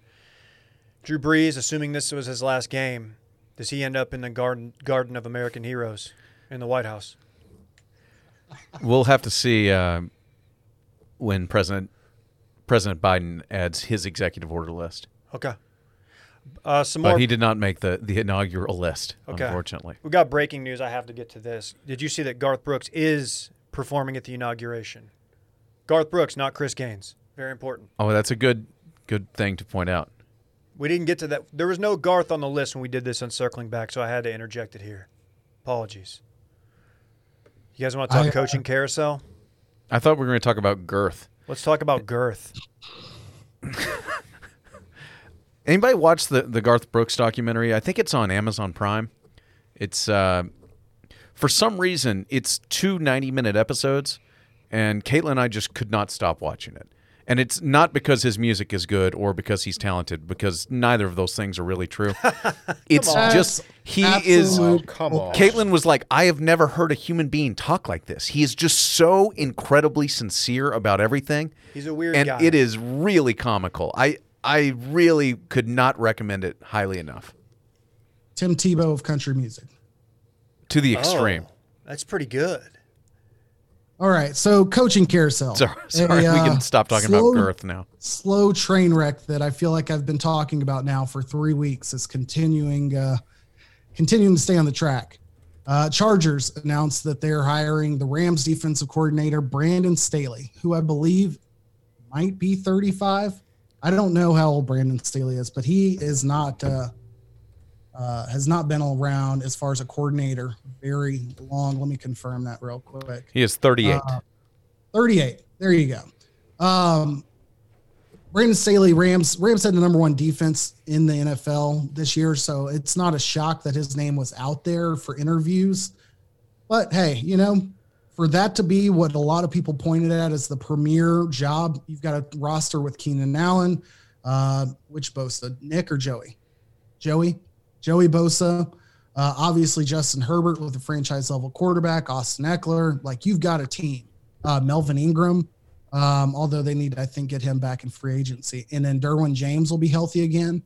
[SPEAKER 2] Drew Brees, assuming this was his last game, does he end up in the garden garden of American heroes in the White House?
[SPEAKER 4] We'll have to see uh, when President President Biden adds his executive order list.
[SPEAKER 2] Okay. Uh, some more.
[SPEAKER 4] But he did not make the, the inaugural list,
[SPEAKER 2] Okay.
[SPEAKER 4] unfortunately.
[SPEAKER 2] we got breaking news. I have to get to this. Did you see that Garth Brooks is performing at the inauguration? Garth Brooks, not Chris Gaines. Very important.
[SPEAKER 4] Oh, that's a good good thing to point out.
[SPEAKER 2] We didn't get to that. There was no Garth on the list when we did this on circling back, so I had to interject it here. Apologies. You guys want to talk
[SPEAKER 5] I-
[SPEAKER 2] coaching carousel?
[SPEAKER 4] I thought we were going to talk about girth.
[SPEAKER 2] Let's talk about Girth.
[SPEAKER 4] Anybody watch the the Garth Brooks documentary? I think it's on Amazon Prime. It's uh, for some reason it's two 90 minute episodes, and Caitlin and I just could not stop watching it. And it's not because his music is good or because he's talented, because neither of those things are really true. it's
[SPEAKER 5] on.
[SPEAKER 4] just
[SPEAKER 5] That's
[SPEAKER 4] he is
[SPEAKER 5] absolute Oh,
[SPEAKER 3] come on.
[SPEAKER 4] Caitlin was like, I have never heard a human being talk like this. He is just so incredibly sincere about everything.
[SPEAKER 2] He's a weird
[SPEAKER 4] and
[SPEAKER 2] guy.
[SPEAKER 4] it is really comical. I I really could not recommend it highly enough.
[SPEAKER 5] Tim Tebow of country music.
[SPEAKER 4] To
[SPEAKER 2] Oh.
[SPEAKER 4] the extreme.
[SPEAKER 2] That's pretty good.
[SPEAKER 5] All right, so coaching carousel.
[SPEAKER 4] Sorry, sorry,
[SPEAKER 5] A,
[SPEAKER 4] we
[SPEAKER 5] uh,
[SPEAKER 4] can stop talking
[SPEAKER 5] slow-
[SPEAKER 4] about girth now.
[SPEAKER 5] slow train wreck that I feel like I've been talking about now for three weeks is continuing, uh, continuing to stay on the track. Uh, Chargers announced that they're hiring the Rams defensive coordinator Brandon Staley, who I believe might be 35. I don't know how old Brandon Staley is, but he is not uh, uh, has not been around as far as a coordinator very long. Let me confirm that real quick.
[SPEAKER 4] He is 38.
[SPEAKER 5] 38. There you go. Um, Brandon Staley, Rams, Rams had the number one defense in the NFL this year, so it's not a shock that his name was out there for interviews. But hey, you know, for that to be what a lot of people pointed at as the premier job, you've got a roster with Keenan Allen, uh, which Bosa, Nick or Joey? Joey, Joey Bosa, uh, obviously Justin Herbert with a franchise level quarterback, Austin Eckler. Like you've got a team, uh, Melvin Ingram. Um, although they need, to, I think, get him back in free agency, and then Derwin James will be healthy again.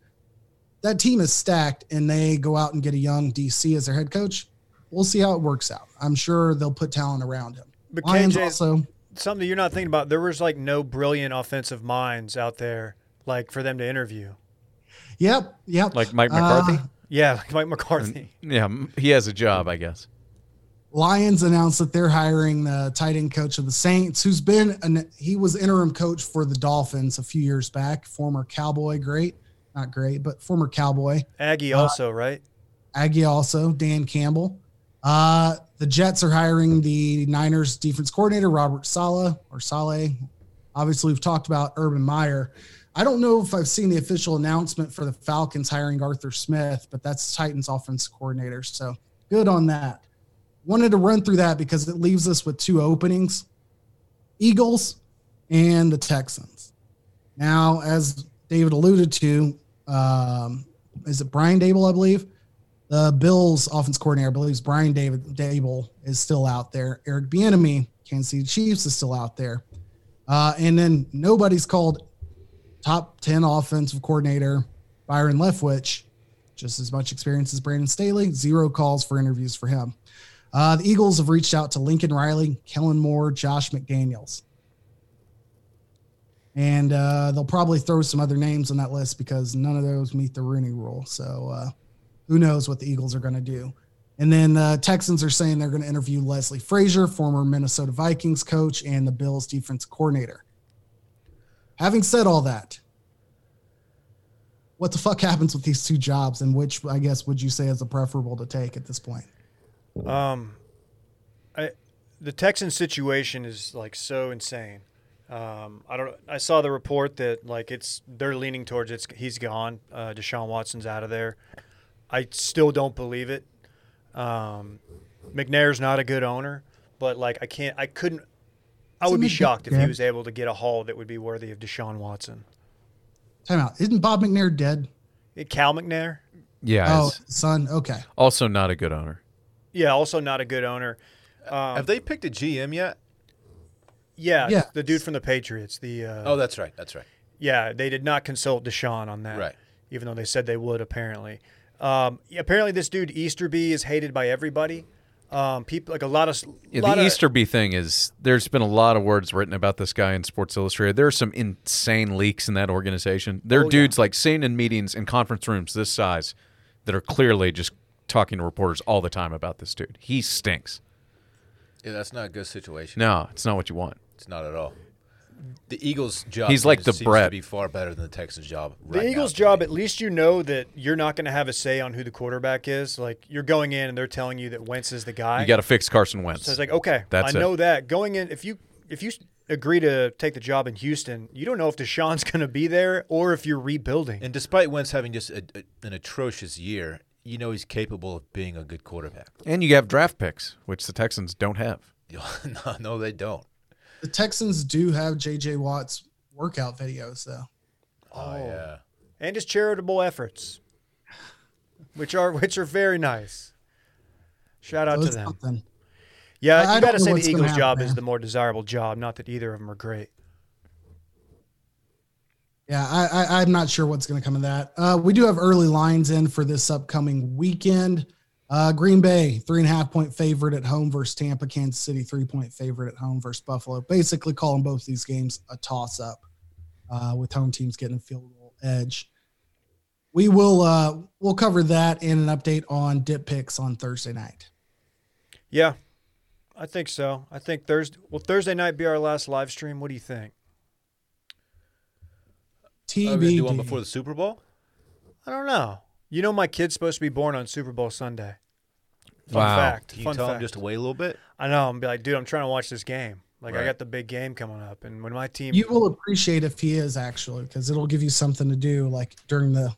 [SPEAKER 5] That team is stacked, and they go out and get a young DC as their head coach. We'll see how it works out. I'm sure they'll put talent around him.
[SPEAKER 2] But
[SPEAKER 5] Lions
[SPEAKER 2] KJ
[SPEAKER 5] also,
[SPEAKER 2] something you're not thinking about. There was like no brilliant offensive minds out there, like for them to interview.
[SPEAKER 5] yep, yep.
[SPEAKER 4] Like Mike McCarthy?
[SPEAKER 5] Uh,
[SPEAKER 2] Yeah, like Mike McCarthy.
[SPEAKER 4] yeah, m- he has a job, I guess.
[SPEAKER 5] Lions announced that they're hiring the tight end coach of the Saints, who's been an, he was interim coach for the Dolphins a few years back, former Cowboy, great, not great, but former Cowboy.
[SPEAKER 2] Aggie also, right?
[SPEAKER 5] Aggie also, Dan Campbell. Uh, the Jets are hiring the Niners defense coordinator, Robert Sala or Saleh. Obviously, we've talked about Urban Meyer. I don't know if I've seen the official announcement for the Falcons hiring Arthur Smith, but that's Titans offense coordinator. So good on that. Wanted to run through that because it leaves us with two openings Eagles and the Texans. Now, as David alluded to, um, is it Brian Dable, I believe? The Bills offense coordinator, I believe, is Brian David Dable is still out there. Eric Bieniemy, Kansas City Chiefs, is still out there. Uh, and then nobody's called top ten offensive coordinator Byron Leftwich, just as much experience as Brandon Staley. Zero calls for interviews for him. Uh, the Eagles have reached out to Lincoln Riley, Kellen Moore, Josh McDaniels. And uh, they'll probably throw some other names on that list because none of those meet the Rooney rule. So uh, who knows what the Eagles are going to do. And then the Texans are saying they're going to interview Leslie Frazier, former Minnesota Vikings coach and the Bills defense coordinator. Having said all that, what the fuck happens with these two jobs and which I guess would you say is the preferable to take at this point?
[SPEAKER 2] Um, I, the Texan situation is like so insane. Um, I don't. I saw the report that like it's they're leaning towards it's he's gone. Uh, Deshaun Watson's out of there. I still don't believe it. Um, McNair's not a good owner, but like I can't. I couldn't. I would be
[SPEAKER 5] Isn't it
[SPEAKER 2] shocked if he
[SPEAKER 5] dead?
[SPEAKER 2] was able to get a haul that would be worthy of Deshaun Watson.
[SPEAKER 5] Time out. Isn't Bob McNair dead?
[SPEAKER 2] Eh, Cal McNair,
[SPEAKER 4] Yeah,
[SPEAKER 5] Oh,
[SPEAKER 4] it's
[SPEAKER 5] son. Okay.
[SPEAKER 4] also not a good owner.
[SPEAKER 2] yeah, also not a good owner. Um,
[SPEAKER 3] Have they picked a GM yet?
[SPEAKER 2] Yeah,
[SPEAKER 5] Yeah.
[SPEAKER 2] the dude from the Patriots. The uh,
[SPEAKER 3] Oh, that's right. That's right.
[SPEAKER 2] Yeah, they did not consult Deshaun on that.
[SPEAKER 3] Right.
[SPEAKER 2] Even though they said they would, apparently. Um, yeah, apparently, this dude Easterby is hated by everybody. Um, people like a lot of
[SPEAKER 4] Yeah,
[SPEAKER 2] lot
[SPEAKER 4] the
[SPEAKER 2] of-
[SPEAKER 4] Easterby thing is there's been a lot of words written about this guy in Sports Illustrated. There are some insane leaks in that organization.
[SPEAKER 2] Oh,
[SPEAKER 4] There are dudes like sitting in meetings and conference rooms this size that are clearly just talking to reporters all the time about this dude. He stinks.
[SPEAKER 3] Yeah, that's not a good situation.
[SPEAKER 4] No, it's not what you want.
[SPEAKER 3] It's not at all. The Eagles' job.
[SPEAKER 4] He's like the
[SPEAKER 3] seems
[SPEAKER 4] Brett.
[SPEAKER 3] To be far better than the Texans' job.
[SPEAKER 2] the
[SPEAKER 3] right now
[SPEAKER 2] Eagles'
[SPEAKER 3] to
[SPEAKER 2] job.
[SPEAKER 3] me.
[SPEAKER 2] At least you know that you're not going to have a say on who the quarterback is. Like you're going in and they're telling you that Wentz is the guy.
[SPEAKER 4] You got to fix Carson Wentz.
[SPEAKER 2] so it's like okay,
[SPEAKER 4] That's
[SPEAKER 2] I know
[SPEAKER 4] it.
[SPEAKER 2] that going in. If you if you agree to take the job in Houston, you don't know if Deshaun's going to be there or if you're rebuilding.
[SPEAKER 3] And despite Wentz having just a, a, an atrocious year, you know he's capable of being a good quarterback.
[SPEAKER 4] and you have draft picks, which the Texans don't have.
[SPEAKER 3] no, no, they don't.
[SPEAKER 5] The Texans do have JJ Watt's workout videos though.
[SPEAKER 3] Oh, yeah.
[SPEAKER 2] and his charitable efforts, which are which are very nice. Shout out
[SPEAKER 5] So
[SPEAKER 2] to
[SPEAKER 5] it's
[SPEAKER 2] them.
[SPEAKER 5] something.
[SPEAKER 2] Yeah,
[SPEAKER 5] I
[SPEAKER 2] you
[SPEAKER 5] don't
[SPEAKER 2] got to
[SPEAKER 5] know
[SPEAKER 2] say
[SPEAKER 5] what's
[SPEAKER 2] the
[SPEAKER 5] gonna
[SPEAKER 2] Eagles'
[SPEAKER 5] happen,
[SPEAKER 2] job is
[SPEAKER 5] man.
[SPEAKER 2] the more desirable job. Not that either of them are great.
[SPEAKER 5] Yeah, I, I, I'm not sure what's going to come of that. Uh, we do have early lines in for this upcoming weekend. Uh, Green Bay, three and a half point favorite at home versus Tampa. Kansas City, three point favorite at home versus Buffalo. Basically, calling both these games a toss up uh, with home teams getting a field goal edge. We will uh, we'll cover that in an update on dip picks on Thursday night.
[SPEAKER 2] Yeah, I think so. I think Thursday. Will Thursday night be our last live stream? What do you think?
[SPEAKER 3] Are we gonna do
[SPEAKER 5] TBD.
[SPEAKER 3] one before the Super Bowl?
[SPEAKER 2] I don't know. You know, my kid's supposed to be born on Super Bowl Sunday. Fun
[SPEAKER 4] Wow.
[SPEAKER 2] fact.
[SPEAKER 3] Can you
[SPEAKER 2] fun
[SPEAKER 3] tell
[SPEAKER 2] fact.
[SPEAKER 3] him just to wait a little bit?
[SPEAKER 2] I know. I'm be like, dude, I'm trying to watch this game. Like I
[SPEAKER 4] Right.
[SPEAKER 2] got the big game coming up, and when my team,
[SPEAKER 5] You will appreciate if he is actually, because it'll give you something to do, like during the,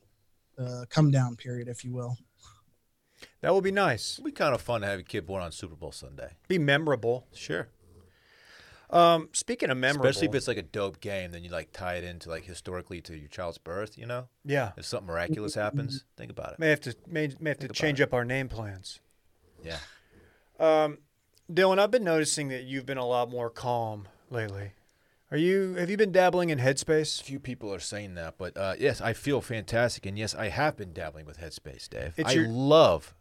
[SPEAKER 5] the come down period, if you will.
[SPEAKER 2] that will be nice.
[SPEAKER 3] It'd be kind of fun to have a kid born on Super Bowl Sunday.
[SPEAKER 2] Be memorable.
[SPEAKER 3] Sure.
[SPEAKER 2] Um, speaking of memorable,
[SPEAKER 3] Especially if it's like a dope game, then you like tie it into like historically to your child's birth. You know,
[SPEAKER 2] yeah,
[SPEAKER 3] if something miraculous happens, think about it.
[SPEAKER 2] may have to may, may have to
[SPEAKER 3] about
[SPEAKER 2] change
[SPEAKER 3] it.
[SPEAKER 2] up our name plans.
[SPEAKER 3] Yeah.
[SPEAKER 2] Dylan, I've been noticing that you've been a lot more calm lately. Are you? Have you been dabbling in Headspace?
[SPEAKER 3] Few people are saying that, but uh, yes, I feel fantastic, and yes, I have been dabbling with Headspace, Dave.
[SPEAKER 2] It's
[SPEAKER 3] I
[SPEAKER 2] your-
[SPEAKER 3] love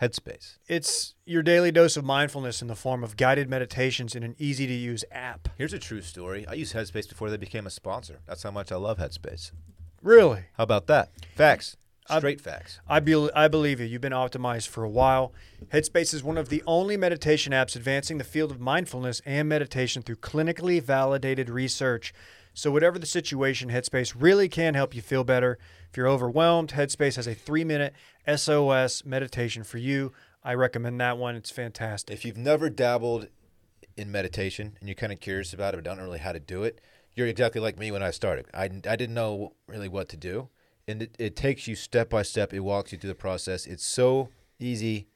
[SPEAKER 3] Headspace.
[SPEAKER 2] It's your daily dose of mindfulness in the form of guided meditations in an easy to use app.
[SPEAKER 3] Here's a true story. I used Headspace before they became a sponsor. That's how much I love Headspace.
[SPEAKER 2] Really,
[SPEAKER 3] How about that? Facts. Straight facts.
[SPEAKER 2] I, be- I believe you. You've been optimized for a while. Headspace is one of the only meditation apps advancing the field of mindfulness and meditation through clinically validated research. So, whatever the situation, Headspace really can help you feel better. If you're overwhelmed, Headspace has a three minute SOS meditation for you. I recommend that one. It's fantastic.
[SPEAKER 3] If you've never dabbled in meditation and you're kind of curious about it but don't know really how to do it, you're exactly like me when I started. I, I didn't know really what to do. And it, it takes you step by step, it walks you through the process. It's so easy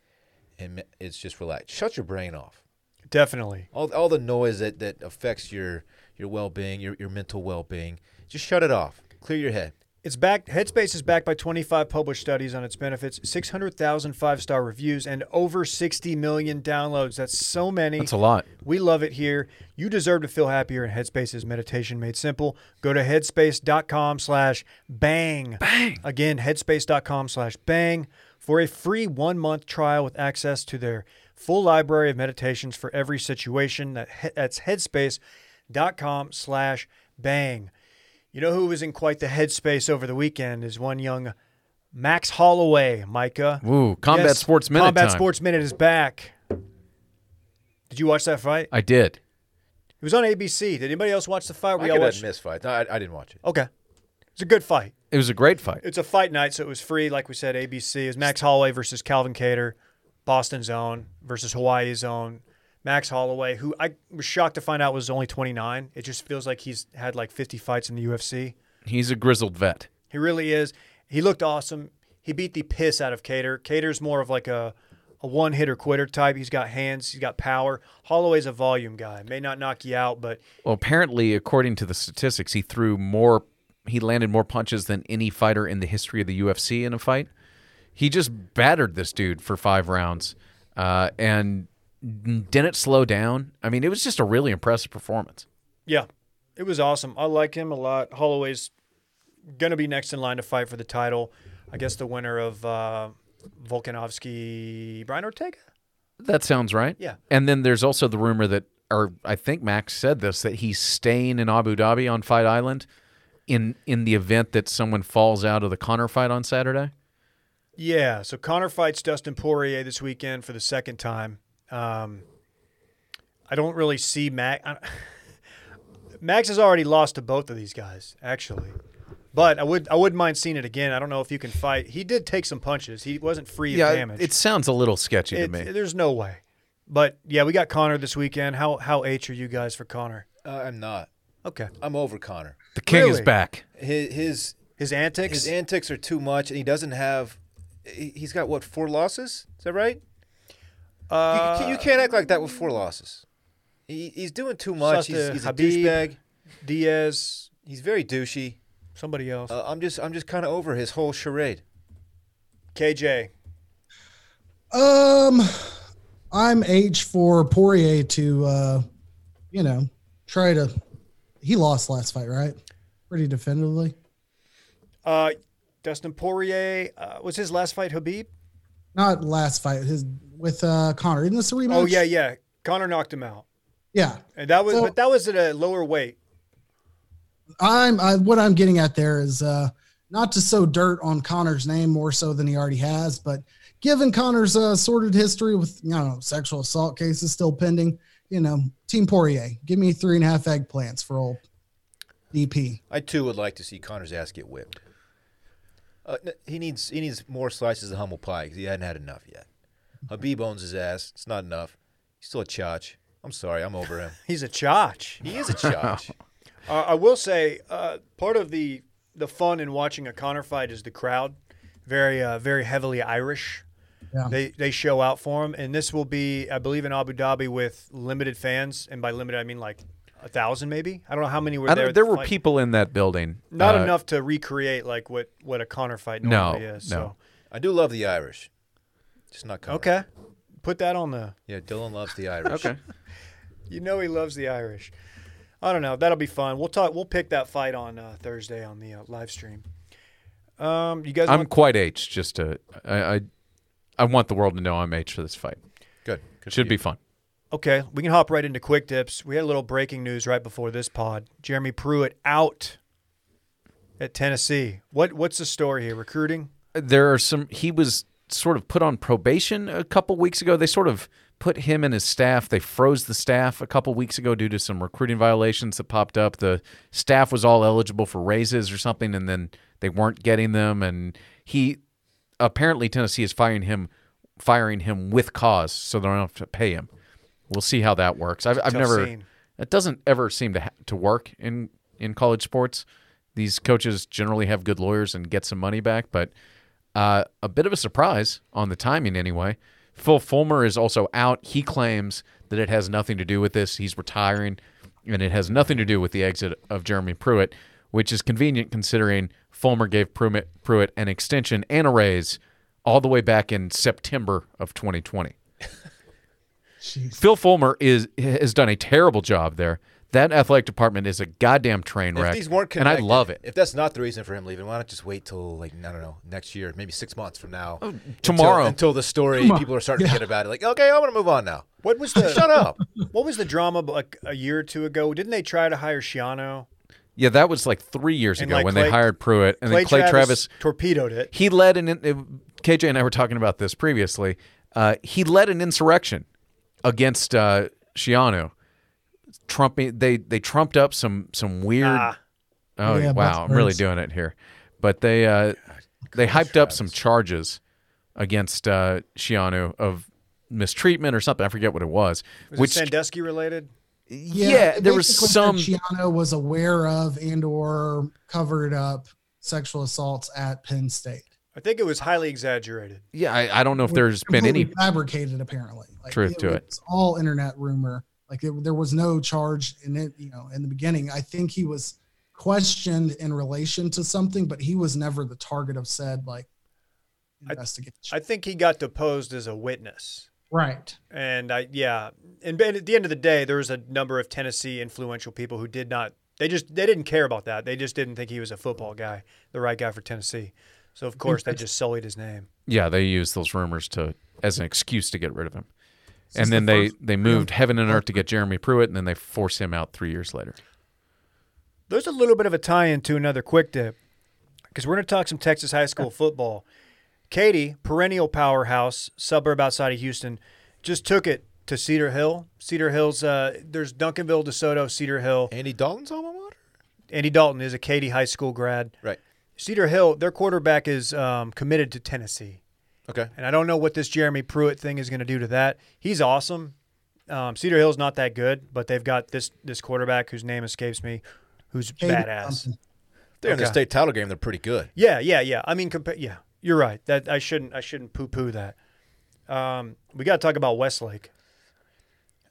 [SPEAKER 3] and ma- it's just relaxed. Shut your brain off.
[SPEAKER 2] Definitely.
[SPEAKER 3] All, all the noise that, that affects your, your well being, your, your mental well being, just shut it off. Clear your head.
[SPEAKER 2] It's backed. Headspace is backed by 25 published studies on its benefits, 600,000 five-star reviews, and over 60 million downloads. That's so many.
[SPEAKER 4] That's a lot.
[SPEAKER 2] We love it here. You deserve to feel happier, and Headspace is meditation made simple. Go to headspace.com/bang. Bang. Again, headspace.com/bang for a free one-month trial with access to their full library of meditations for every situation. That he- that's headspace.com/bang. You know who was in quite the headspace over the weekend is one young Max Holloway, Micah.
[SPEAKER 4] Ooh, Combat Sports Minute
[SPEAKER 2] Combat
[SPEAKER 4] time.
[SPEAKER 2] Sports Minute is back. Did you watch that fight?
[SPEAKER 4] I did.
[SPEAKER 2] It was on ABC. Did anybody else watch the fight?
[SPEAKER 3] I
[SPEAKER 2] all
[SPEAKER 3] could
[SPEAKER 2] watched-
[SPEAKER 3] have missed fight. No, I, I didn't watch it.
[SPEAKER 2] Okay. It's a good fight.
[SPEAKER 4] It was a great fight.
[SPEAKER 2] It's a fight night, so it was free. Like we said, ABC is Max Holloway versus Calvin Cater, Boston's own versus Hawaii's own. Max Holloway, who I was shocked to find out was only 29. It just feels like he's had like 50 fights in the UFC.
[SPEAKER 4] He's a grizzled vet.
[SPEAKER 2] He really is. He looked awesome. He beat the piss out of Cater. Cater's more of like a, a one hitter quitter type. He's got hands, he's got power. Holloway's a volume guy. May not knock you out, but
[SPEAKER 4] Well, apparently, according to the statistics, he threw more, he landed more punches than any fighter in the history of the UFC in a fight. He just battered this dude for five rounds uh, and didn't slow down. I mean, it was just a really impressive performance.
[SPEAKER 2] Yeah, it was awesome. I like him a lot. Holloway's gonna be next in line to fight for the title. I guess the winner of uh, Volkanovski, Brian Ortega.
[SPEAKER 4] That sounds right.
[SPEAKER 2] Yeah.
[SPEAKER 4] And then there's also the rumor that, or I think Max said this, that he's staying in Abu Dhabi on Fight Island in in the event that someone falls out of the Connor fight on Saturday.
[SPEAKER 2] Yeah, so Connor fights Dustin Poirier this weekend for the second time. Um, I don't really see Max. Max has already lost to both of these guys, actually. But I would I wouldn't mind seeing it again. I don't know if you can fight. He did take some punches. He wasn't free of damage.
[SPEAKER 4] it sounds a little sketchy to
[SPEAKER 2] It-
[SPEAKER 4] me.
[SPEAKER 2] There's no way. But yeah, we got Connor this weekend. How how H are you guys for Connor?
[SPEAKER 3] Uh, I'm not.
[SPEAKER 2] Okay.
[SPEAKER 3] I'm over Connor.
[SPEAKER 4] the king is
[SPEAKER 2] really?
[SPEAKER 4] back.
[SPEAKER 3] His, his
[SPEAKER 2] His antics.
[SPEAKER 3] His antics are too much, and he doesn't have. he- He's got what four losses? Is that right?
[SPEAKER 2] uh,
[SPEAKER 3] You- you, can't act like that with four losses. He, he's doing too much.
[SPEAKER 2] Such
[SPEAKER 3] He's,
[SPEAKER 2] a
[SPEAKER 3] he's a
[SPEAKER 2] Habib.
[SPEAKER 3] douchebag.
[SPEAKER 2] Diaz.
[SPEAKER 3] He's very douchey.
[SPEAKER 2] Somebody else.
[SPEAKER 3] Uh, I'm just, I'm just kind of over his whole charade.
[SPEAKER 2] KJ.
[SPEAKER 5] Um, I'm H for Poirier to, uh, you know, try to. He lost last fight, right? Pretty definitively.
[SPEAKER 2] Uh, Dustin Poirier. Uh, was his last fight Habib?
[SPEAKER 5] Not last fight. His with uh Connor. Isn't this a rematch?
[SPEAKER 2] Oh yeah, yeah. Connor knocked him out,
[SPEAKER 5] yeah.
[SPEAKER 2] and that was
[SPEAKER 5] So-
[SPEAKER 2] but that was at a lower weight.
[SPEAKER 5] I'm I, what I'm getting at there is uh, not to sow dirt on Connor's name more so than he already has, but given Connor's uh, sordid history with you know sexual assault cases still pending, you know, Team Poirier, give me three and a half eggplants for old DP.
[SPEAKER 3] I too would like to see Connor's ass get whipped. Uh, n- he needs, he needs more slices of humble pie because he hadn't had enough yet. Habib owns his ass. It's not enough. He's still a chotch. I'm sorry, I'm over him.
[SPEAKER 2] He's a chotch.
[SPEAKER 3] He is a chotch.
[SPEAKER 2] Uh, I will say, uh, part of the the fun in watching a Connor fight is the crowd, very uh, very heavily Irish.
[SPEAKER 5] Yeah.
[SPEAKER 2] They they show out for him, and this will be, I believe, in Abu Dhabi with limited fans, and by limited I mean like a thousand, maybe. I don't know how many were
[SPEAKER 4] I
[SPEAKER 2] there.
[SPEAKER 4] don't,
[SPEAKER 2] at
[SPEAKER 4] there
[SPEAKER 2] the
[SPEAKER 4] were
[SPEAKER 2] fight.
[SPEAKER 4] people in that building.
[SPEAKER 2] Not
[SPEAKER 4] Uh,
[SPEAKER 2] enough to recreate like what what a Connor fight
[SPEAKER 4] No,
[SPEAKER 2] normally is.
[SPEAKER 4] no.
[SPEAKER 3] I do love the Irish. Just not
[SPEAKER 2] So.
[SPEAKER 3] Connor.
[SPEAKER 2] Okay, put that on the.
[SPEAKER 3] Yeah, Dylan loves the Irish.
[SPEAKER 4] Okay.
[SPEAKER 2] You know he loves the Irish. I don't know. That'll be fun. We'll talk. We'll pick that fight on uh, Thursday on the uh, live stream. Um, you guys.
[SPEAKER 4] I'm
[SPEAKER 2] want-
[SPEAKER 4] quite H. Just to I, I I want the world to know I'm H for this fight.
[SPEAKER 3] Good. Good
[SPEAKER 4] Should
[SPEAKER 3] for
[SPEAKER 4] be
[SPEAKER 3] you.
[SPEAKER 4] fun.
[SPEAKER 2] Okay, we can hop right into quick tips. We had a little breaking news right before this pod. Jeremy Pruitt out at Tennessee. What what's the story here? Recruiting?
[SPEAKER 4] There are some. He was sort of put on probation a couple weeks ago. They sort of put him and his staff. They froze the staff a couple weeks ago due to some recruiting violations that popped up. The staff was all eligible for raises or something, and then they weren't getting them. And he apparently Tennessee is firing him, firing him with cause, so they don't have to pay him. We'll see how that works. I've, I've
[SPEAKER 2] Tough
[SPEAKER 4] never.
[SPEAKER 2] scene.
[SPEAKER 4] It doesn't ever seem to ha- to work in in college sports. These coaches generally have good lawyers and get some money back, but uh, a bit of a surprise on the timing anyway. Phil Fulmer is also out. He claims that it has nothing to do with this. He's retiring, and it has nothing to do with the exit of Jeremy Pruitt, which is convenient considering Fulmer gave Pruitt, Pruitt an extension and a raise all the way back in September of 2020.
[SPEAKER 5] Jeez.
[SPEAKER 4] Phil Fulmer is has done a terrible job there. That athletic department is a goddamn train
[SPEAKER 3] If
[SPEAKER 4] wreck,
[SPEAKER 3] these weren't
[SPEAKER 4] and I
[SPEAKER 3] connected,
[SPEAKER 4] love it.
[SPEAKER 3] If that's not the reason for him leaving, why not just wait till like I don't know next year, maybe six months from now, until-
[SPEAKER 4] Oh, tomorrow.
[SPEAKER 3] until, the story people are starting to get about it. Like, okay, I want to move on now.
[SPEAKER 2] What was the
[SPEAKER 3] Shut up.
[SPEAKER 2] What was the drama like a year or two ago? Didn't they try to hire Shiano?
[SPEAKER 4] Yeah, that was like three years
[SPEAKER 2] And
[SPEAKER 4] ago
[SPEAKER 2] like
[SPEAKER 4] when
[SPEAKER 2] Clay-
[SPEAKER 4] they hired Pruitt, and then Clay Travis
[SPEAKER 2] torpedoed it.
[SPEAKER 4] he led an it, KJ and I were talking about this previously. Uh, he led an insurrection against uh, Shiano. Trumping they they trumped up some some weird.
[SPEAKER 2] Ah.
[SPEAKER 4] Oh wow,
[SPEAKER 5] Yeah, Buck
[SPEAKER 4] I'm really
[SPEAKER 5] Burns.
[SPEAKER 4] doing it here, but they uh, they hyped up some charges against uh, Shiano of mistreatment or something. I forget what it was.
[SPEAKER 2] Was
[SPEAKER 4] which
[SPEAKER 2] it Sandusky related?
[SPEAKER 4] yeah, there was
[SPEAKER 5] basically
[SPEAKER 4] some.
[SPEAKER 5] said Shiano was aware of and or covered up sexual assaults at Penn State.
[SPEAKER 2] I think it was highly exaggerated.
[SPEAKER 4] Yeah, I, I don't know if there's been any
[SPEAKER 5] Completely fabricated apparently. Like,
[SPEAKER 4] Truth to it.
[SPEAKER 5] It's all internet rumor. Like it, there was no charge in it, you know, in the beginning. I think he was questioned in relation to something, but he was never the target of said like
[SPEAKER 2] I-
[SPEAKER 5] investigation.
[SPEAKER 2] I think he got deposed as a witness.
[SPEAKER 5] right.
[SPEAKER 2] And I, yeah, and, but at the end of the day, there was a number of Tennessee influential people who did not. They just they didn't care about that. They just didn't think he was a football guy, the right guy for Tennessee. So of course they just sullied his name.
[SPEAKER 4] Yeah, they used those rumors to as an excuse to get rid of him.
[SPEAKER 5] is
[SPEAKER 4] and then
[SPEAKER 5] the
[SPEAKER 4] they,
[SPEAKER 5] first-
[SPEAKER 4] they moved heaven and earth to get Jeremy Pruitt, and then they force him out three years later.
[SPEAKER 2] There's a little bit of a tie-in to another quick tip because we're going to talk some Texas high school football. Katie, perennial powerhouse suburb outside of Houston, just took it to Cedar Hill. Cedar Hill's uh, there's Duncanville, DeSoto, Cedar Hill.
[SPEAKER 3] Andy Dalton's alma mater.
[SPEAKER 2] Andy Dalton is a Katie high school grad.
[SPEAKER 3] Right.
[SPEAKER 2] Cedar Hill, their quarterback is um, committed to Tennessee,
[SPEAKER 3] Okay.
[SPEAKER 2] and I don't know what this Jeremy Pruitt thing is going to do to that. He's awesome. Um, Cedar Hill's not that good, but they've got this this quarterback whose name escapes me, who's
[SPEAKER 5] Katie
[SPEAKER 2] badass.
[SPEAKER 5] something.
[SPEAKER 3] They're in the
[SPEAKER 2] Okay.
[SPEAKER 3] state title game. They're pretty good.
[SPEAKER 2] Yeah, yeah, yeah. I mean, compa- yeah, you're right. That I shouldn't I shouldn't poo poo that. Um, we got to talk about Westlake.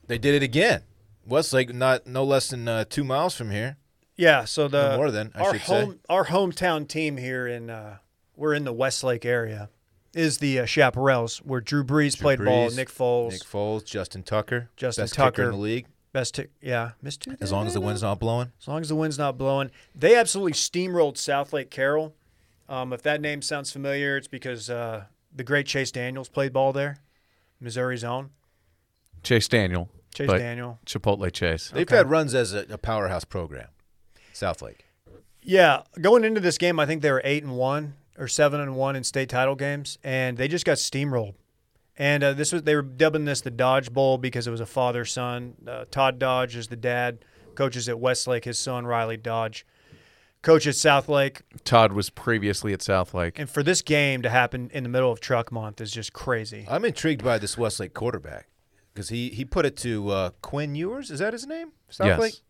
[SPEAKER 3] They did it again. Westlake, not no less than uh, two miles from here.
[SPEAKER 2] Yeah, so the
[SPEAKER 3] No more than, I
[SPEAKER 2] our
[SPEAKER 3] should say.
[SPEAKER 2] home our hometown team here in uh, we're in the Westlake area is the uh, Chaparrals where Drew Brees played ball,
[SPEAKER 3] Brees,
[SPEAKER 2] Nick Foles,
[SPEAKER 3] Nick Foles, Justin Tucker,
[SPEAKER 2] Justin
[SPEAKER 3] best kicker
[SPEAKER 2] Tucker.
[SPEAKER 3] in the league.
[SPEAKER 2] Best tick, yeah. Missed two.
[SPEAKER 3] As long as the wind's not blowing.
[SPEAKER 2] As long as the wind's not blowing, they absolutely steamrolled South Lake Carroll. Um, if that name sounds familiar, it's because uh, the great Chase Daniels played ball there, Missouri's own
[SPEAKER 4] Chase Daniel.
[SPEAKER 2] Chase
[SPEAKER 4] but
[SPEAKER 2] Daniel.
[SPEAKER 4] Chipotle Chase.
[SPEAKER 3] They've had runs as a, a powerhouse program. Southlake.
[SPEAKER 2] Yeah, going into this game, I think they were eight and one or seven and one in state title games, and they just got steamrolled. And uh, this was they were dubbing this the Dodge Bowl because it was a father son. Uh, Todd Dodge is the dad, coaches at Westlake. His son Riley Dodge, coaches Southlake.
[SPEAKER 4] Todd was previously at Southlake.
[SPEAKER 2] And for this game to happen in the middle of truck month is just crazy.
[SPEAKER 3] I'm intrigued by this Westlake quarterback. because he he put it to uh, Quinn Ewers. Is that his name?
[SPEAKER 4] Yes.
[SPEAKER 3] Southlake,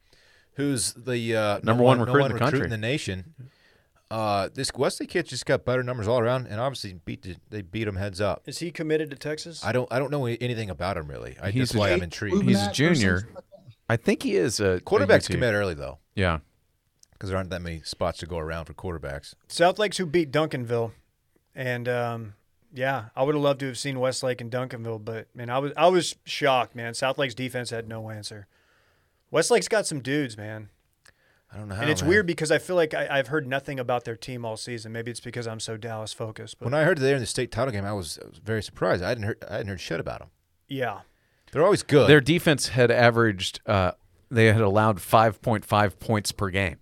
[SPEAKER 3] who's the uh,
[SPEAKER 4] Number one recruit in the country.
[SPEAKER 3] in the nation. Uh, this Wesley kid just got better numbers all around, and obviously beat the, they beat him heads up.
[SPEAKER 2] Is he committed to Texas?
[SPEAKER 3] I don't I don't know anything about him really. I,
[SPEAKER 4] He's
[SPEAKER 3] that's why
[SPEAKER 4] a-
[SPEAKER 3] I'm intrigued.
[SPEAKER 4] He's a junior. I think he is a a
[SPEAKER 3] Quarterbacks
[SPEAKER 4] UT.
[SPEAKER 3] commit early though,
[SPEAKER 4] Yeah.
[SPEAKER 3] because there aren't that many spots to go around for quarterbacks.
[SPEAKER 2] South Lakes who beat Duncanville, and um, yeah, I would have loved to have seen Westlake and Duncanville, but man, I was I was shocked, man. South Lake's defense had no answer. Westlake's got some dudes, man,
[SPEAKER 3] I don't know how.
[SPEAKER 2] and it's
[SPEAKER 3] man.
[SPEAKER 2] weird because I feel like I, I've heard nothing about their team all season. Maybe it's because I'm so Dallas focused, but
[SPEAKER 3] When I heard they're in the state title game, I was, I was very surprised. I hadn't heard I hadn't heard shit about them.
[SPEAKER 2] yeah,
[SPEAKER 3] They're always good.
[SPEAKER 4] Their defense had averaged, uh, they had allowed 5.5 points per game,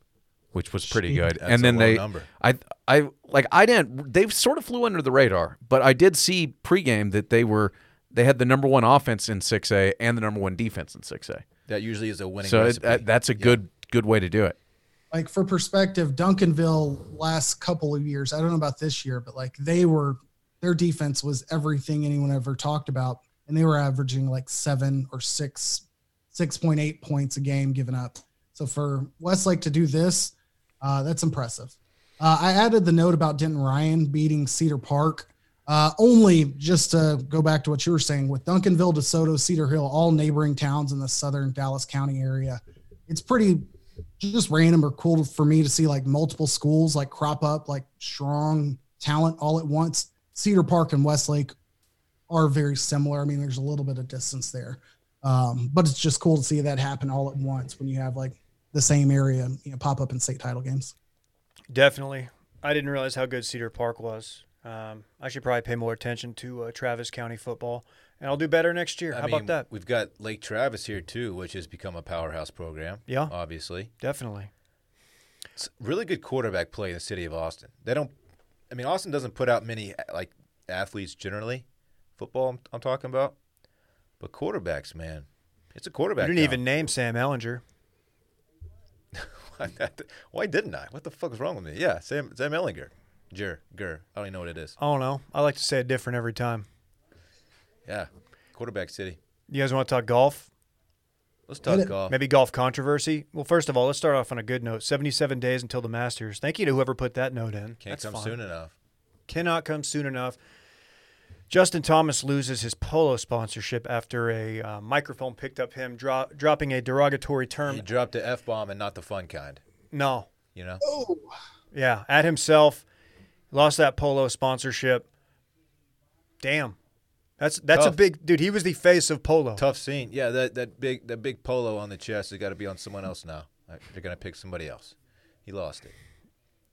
[SPEAKER 4] which was pretty good.
[SPEAKER 3] That's
[SPEAKER 4] and then
[SPEAKER 3] a low
[SPEAKER 4] they,
[SPEAKER 3] number.
[SPEAKER 4] I, I, like, I didn't, they sort of flew under the radar, but I did see pregame that they were, they had the number one offense in 6A and the number one defense in 6A.
[SPEAKER 3] that usually is a winning.
[SPEAKER 4] So it,
[SPEAKER 3] recipe.
[SPEAKER 4] that, that's a good, good way to do it.
[SPEAKER 5] Like for perspective, Duncanville last couple of years, I don't know about this year, but like they were their defense was everything anyone ever talked about. And they were averaging like seven or six, six point eight points a game given up. So for Westlake to do this, uh, that's impressive. Uh, I added the note about Denton Ryan beating Cedar Park. Uh, only just to go back to what you were saying with Duncanville, DeSoto, Cedar Hill, all neighboring towns in the southern Dallas County area. It's pretty just random or cool for me to see like multiple schools like crop up like strong talent all at once. Cedar Park and Westlake are very similar. I mean, there's a little bit of distance there, um, but it's just cool to see that happen all at once when you have like the same area you know, pop up in state title games.
[SPEAKER 2] definitely. I didn't realize how good Cedar Park was. Um, I should probably pay more attention to uh, Travis County football, and I'll do better next year.
[SPEAKER 3] I
[SPEAKER 2] how
[SPEAKER 3] mean,
[SPEAKER 2] about that?
[SPEAKER 3] We've got Lake Travis here too, which has become a powerhouse program.
[SPEAKER 2] Yeah.
[SPEAKER 3] obviously,
[SPEAKER 2] Definitely.
[SPEAKER 3] it's really good quarterback play in the city of Austin. They don't. I mean, Austin doesn't put out many like athletes generally. Football, I'm, I'm talking about, but quarterbacks, man, it's a quarterback.
[SPEAKER 2] You didn't
[SPEAKER 3] town.
[SPEAKER 2] even name Sam Ellinger.
[SPEAKER 3] Why didn't I? What the fuck is wrong with me? Yeah, Sam Sam Ellinger, Jer Ger. I don't even know what it is.
[SPEAKER 2] I don't know. I like to say it different every time.
[SPEAKER 3] Yeah, quarterback city.
[SPEAKER 2] You guys want to talk golf?
[SPEAKER 3] Let's talk
[SPEAKER 5] it-
[SPEAKER 3] golf.
[SPEAKER 2] Maybe golf controversy? Well, first of all, let's start off on a good note. 77 days until the Masters. Thank you to whoever put that note in.
[SPEAKER 3] Can't
[SPEAKER 2] That's
[SPEAKER 3] come
[SPEAKER 2] fine.
[SPEAKER 3] soon enough.
[SPEAKER 2] Cannot come soon enough. Justin Thomas loses his polo sponsorship after a uh, microphone picked up him dro- dropping a derogatory term.
[SPEAKER 3] He dropped the f bomb and not the fun kind.
[SPEAKER 2] no.
[SPEAKER 3] You know,
[SPEAKER 2] Oh. Yeah. At himself. Lost that polo sponsorship. Damn. That's that's
[SPEAKER 3] Tough.
[SPEAKER 2] a big dude. He was the face of polo.
[SPEAKER 3] tough scene. Yeah, that that big that big polo on the chest has got to be on someone else now. Like, They're gonna pick somebody else. He lost it.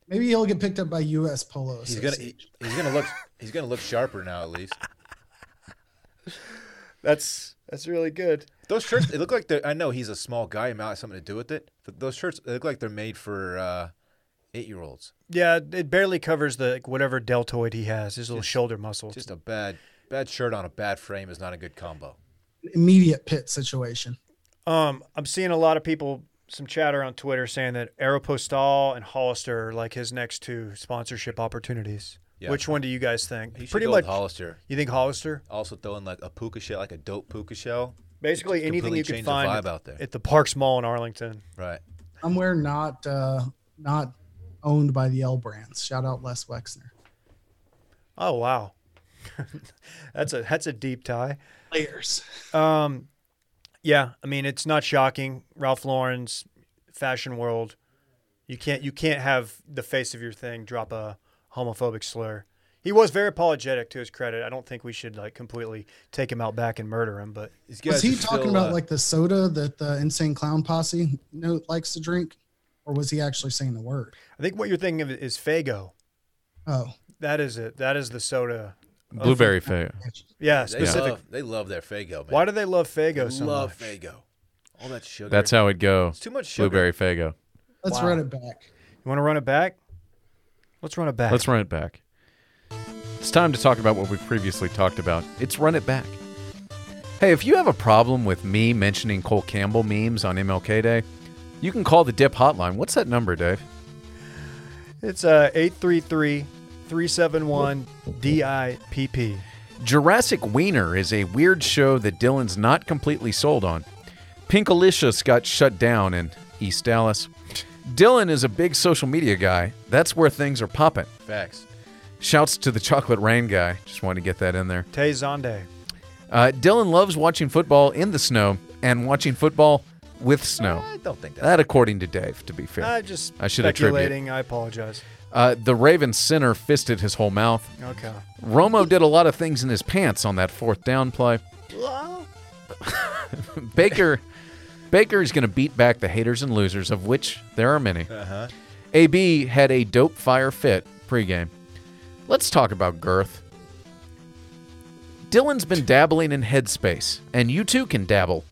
[SPEAKER 5] Maybe he'll get picked up by U.S. Polo.
[SPEAKER 3] He's gonna he- he's gonna look he's gonna look sharper now at least.
[SPEAKER 2] That's that's really good.
[SPEAKER 3] Those shirts they look like they're. I know he's a small guy. I'm not something to do with it. But those shirts they look like they're made for uh, eight year olds.
[SPEAKER 2] Yeah, it barely covers the like, whatever deltoid he has, his little shoulder muscle.
[SPEAKER 3] Just a bad bad shirt on a bad frame is not a good combo.
[SPEAKER 5] Immediate pit situation.
[SPEAKER 2] Um, I'm seeing a lot of people, some chatter on Twitter saying that Aeropostale and Hollister are like his next two sponsorship opportunities.
[SPEAKER 3] Yeah.
[SPEAKER 2] Which one do you guys think?
[SPEAKER 3] He should
[SPEAKER 2] Pretty
[SPEAKER 3] go
[SPEAKER 2] much,
[SPEAKER 3] with Hollister.
[SPEAKER 2] you think Hollister?
[SPEAKER 3] Also throwing like a puka shell, like a dope puka shell.
[SPEAKER 2] Basically,
[SPEAKER 3] Just
[SPEAKER 2] anything
[SPEAKER 3] completely
[SPEAKER 2] you can
[SPEAKER 3] change the
[SPEAKER 2] find
[SPEAKER 3] vibe out there.
[SPEAKER 2] at the Parks Mall in Arlington.
[SPEAKER 3] Right.
[SPEAKER 5] Somewhere not uh, not owned by the L brands. Shout out Les Wexner.
[SPEAKER 2] Oh wow, that's a that's a deep tie.
[SPEAKER 5] Players.
[SPEAKER 2] Um, yeah, I mean it's not shocking. Ralph Lauren's fashion world. You can't you can't have the face of your thing drop a homophobic slur. He was very apologetic to his credit. I don't think we should like completely take him out back and murder him, but
[SPEAKER 3] These
[SPEAKER 5] Was
[SPEAKER 3] guys
[SPEAKER 5] he
[SPEAKER 3] are
[SPEAKER 5] talking
[SPEAKER 3] still,
[SPEAKER 5] about
[SPEAKER 3] uh,
[SPEAKER 5] like the soda that the insane clown posse note likes to drink, or was he actually saying the word?
[SPEAKER 2] I think what you're thinking of is Fago.
[SPEAKER 5] Oh,
[SPEAKER 2] That is it. That is the soda.
[SPEAKER 4] Blueberry fail.
[SPEAKER 2] Yeah,
[SPEAKER 3] they
[SPEAKER 2] specific.
[SPEAKER 3] love, they love their Fago man.
[SPEAKER 2] Why do they love Fago
[SPEAKER 3] They
[SPEAKER 2] so
[SPEAKER 3] love
[SPEAKER 2] much?
[SPEAKER 3] Fago. All that sugar.
[SPEAKER 4] That's how it go.
[SPEAKER 3] It's too much sugar.
[SPEAKER 4] Blueberry Fago.
[SPEAKER 5] let's
[SPEAKER 2] Wow.
[SPEAKER 5] run it back.
[SPEAKER 2] You want to run it back? Let's run it back.
[SPEAKER 4] Let's run it back. It's time to talk about what we previously talked about. It's run it back. Hey, if you have a problem with me mentioning Cole Campbell memes on MLK Day, you can call the Dip Hotline. What's that number, Dave?
[SPEAKER 2] It's uh 833 371 DIPP.
[SPEAKER 4] Jurassic Wiener is a weird show that Dylan's not completely sold on. Pinkalicious got shut down in East Dallas. Dylan is a big social media guy. That's where things are popping.
[SPEAKER 3] Facts.
[SPEAKER 4] Shouts to the Chocolate Rain guy. Just wanted to get that in there.
[SPEAKER 2] Tay Zonde.
[SPEAKER 4] Uh, Dylan loves watching football in the snow and watching football with snow.
[SPEAKER 3] I don't think that's
[SPEAKER 4] That, according to Dave, to be fair.
[SPEAKER 2] I just
[SPEAKER 4] I should attribute.
[SPEAKER 2] speculating. I apologize.
[SPEAKER 4] Uh, the Raven center fisted his whole mouth.
[SPEAKER 2] Okay.
[SPEAKER 4] Romo did a lot of things in his pants on that fourth down play. Baker Baker is going to beat back the haters and losers, of which there are many. Uh-huh. AB had a dope fire fit pregame. Let's talk about girth. Dylan's been dabbling in Headspace, and you too can dabble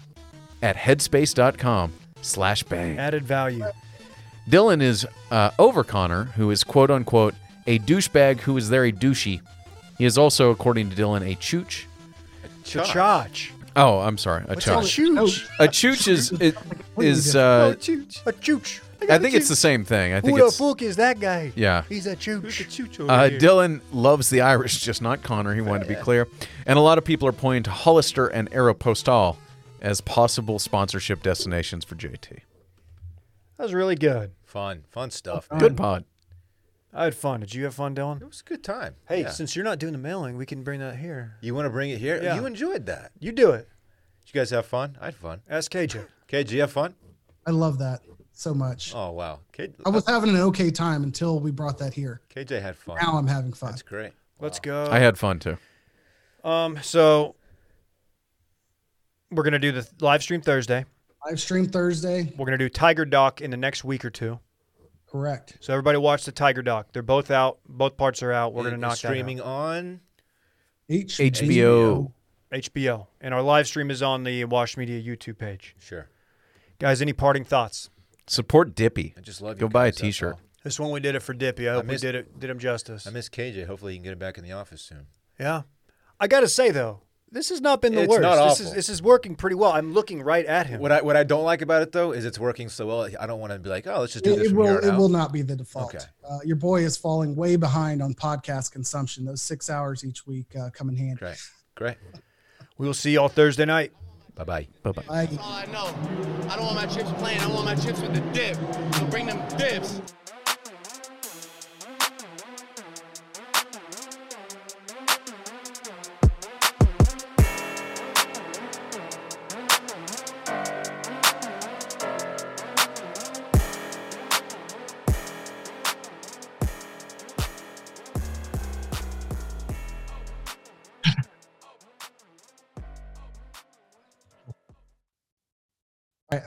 [SPEAKER 4] at headspace.com slash bang.
[SPEAKER 2] Added value.
[SPEAKER 4] Dylan is uh, over Connor, who is quote unquote a douchebag who is very douchey. He is also, according to Dylan, a chooch.
[SPEAKER 2] Chach.
[SPEAKER 4] Oh, I'm sorry, a
[SPEAKER 2] A
[SPEAKER 4] chooch.
[SPEAKER 2] chooch.
[SPEAKER 4] A chooch is it, is uh,
[SPEAKER 2] A chooch.
[SPEAKER 4] I think it's the same thing. I
[SPEAKER 2] Who
[SPEAKER 4] think
[SPEAKER 2] the
[SPEAKER 4] it's
[SPEAKER 2] fuck is that guy?
[SPEAKER 4] Yeah.
[SPEAKER 2] He's a chooch.
[SPEAKER 4] uh, Dylan loves the Irish, just not Connor. He wanted to be clear, and a lot of people are pointing to Hollister and Aeropostal as possible sponsorship destinations for JT.
[SPEAKER 2] That was really good.
[SPEAKER 3] fun. Fun stuff.
[SPEAKER 4] Good pod.
[SPEAKER 2] I had fun. Did you have fun, Dylan?
[SPEAKER 3] It was a good time.
[SPEAKER 2] Hey,
[SPEAKER 3] Yeah.
[SPEAKER 2] since you're not doing the mailing, we can bring that here.
[SPEAKER 3] you want to bring it here?
[SPEAKER 2] Yeah.
[SPEAKER 3] You enjoyed that.
[SPEAKER 2] You do it.
[SPEAKER 3] Did you guys have fun? I had fun.
[SPEAKER 2] Ask KJ.
[SPEAKER 3] KG, you have fun?
[SPEAKER 5] I love that so much.
[SPEAKER 3] Oh, wow. K-
[SPEAKER 5] I was having an okay time until we brought that here.
[SPEAKER 3] KJ had fun.
[SPEAKER 5] Now I'm having fun.
[SPEAKER 3] That's great.
[SPEAKER 2] Let's go.
[SPEAKER 4] I had fun too.
[SPEAKER 2] Um, so we're gonna do the th- live stream Thursday.
[SPEAKER 5] Live stream Thursday.
[SPEAKER 2] We're gonna do Tiger Doc in the next week or two.
[SPEAKER 5] Correct.
[SPEAKER 2] So everybody watch the Tiger Doc. They're both out. Both parts are out. We're gonna
[SPEAKER 3] And
[SPEAKER 2] knock
[SPEAKER 3] streaming
[SPEAKER 2] that
[SPEAKER 3] on.
[SPEAKER 5] H-
[SPEAKER 4] HBO.
[SPEAKER 2] out. HBO, and our live stream is on the Wash Media YouTube page.
[SPEAKER 3] Sure.
[SPEAKER 2] Guys, any parting thoughts?
[SPEAKER 4] Support Dippy.
[SPEAKER 3] I just love you
[SPEAKER 4] Go buy a
[SPEAKER 3] guys, that's
[SPEAKER 4] T-shirt.
[SPEAKER 3] all.
[SPEAKER 2] This one we did it for Dippy. I hope
[SPEAKER 3] missed-
[SPEAKER 2] we did it did him justice.
[SPEAKER 3] I miss KJ. Hopefully, he can get it back in the office soon.
[SPEAKER 2] yeah, I gotta say though, this has not been the
[SPEAKER 3] It's
[SPEAKER 2] worst.
[SPEAKER 3] not
[SPEAKER 2] this is
[SPEAKER 3] awful.
[SPEAKER 2] this is working pretty well. I'm looking right at him.
[SPEAKER 3] What I what I don't like about it though is it's working so well. I don't want to be like, oh, let's just do
[SPEAKER 5] It,
[SPEAKER 3] this
[SPEAKER 5] it
[SPEAKER 3] from
[SPEAKER 5] will.
[SPEAKER 3] here on
[SPEAKER 5] It
[SPEAKER 3] out.
[SPEAKER 5] will not be the default.
[SPEAKER 3] Okay.
[SPEAKER 5] Uh, your boy is falling way behind on podcast consumption. Those six hours each week uh, come in handy.
[SPEAKER 3] Great, great.
[SPEAKER 2] We will see y'all Thursday night.
[SPEAKER 3] Bye bye.
[SPEAKER 4] Bye-bye.
[SPEAKER 5] I-
[SPEAKER 8] All I know. I don't want my chips plain. I want my chips with the dip. So bring them dips.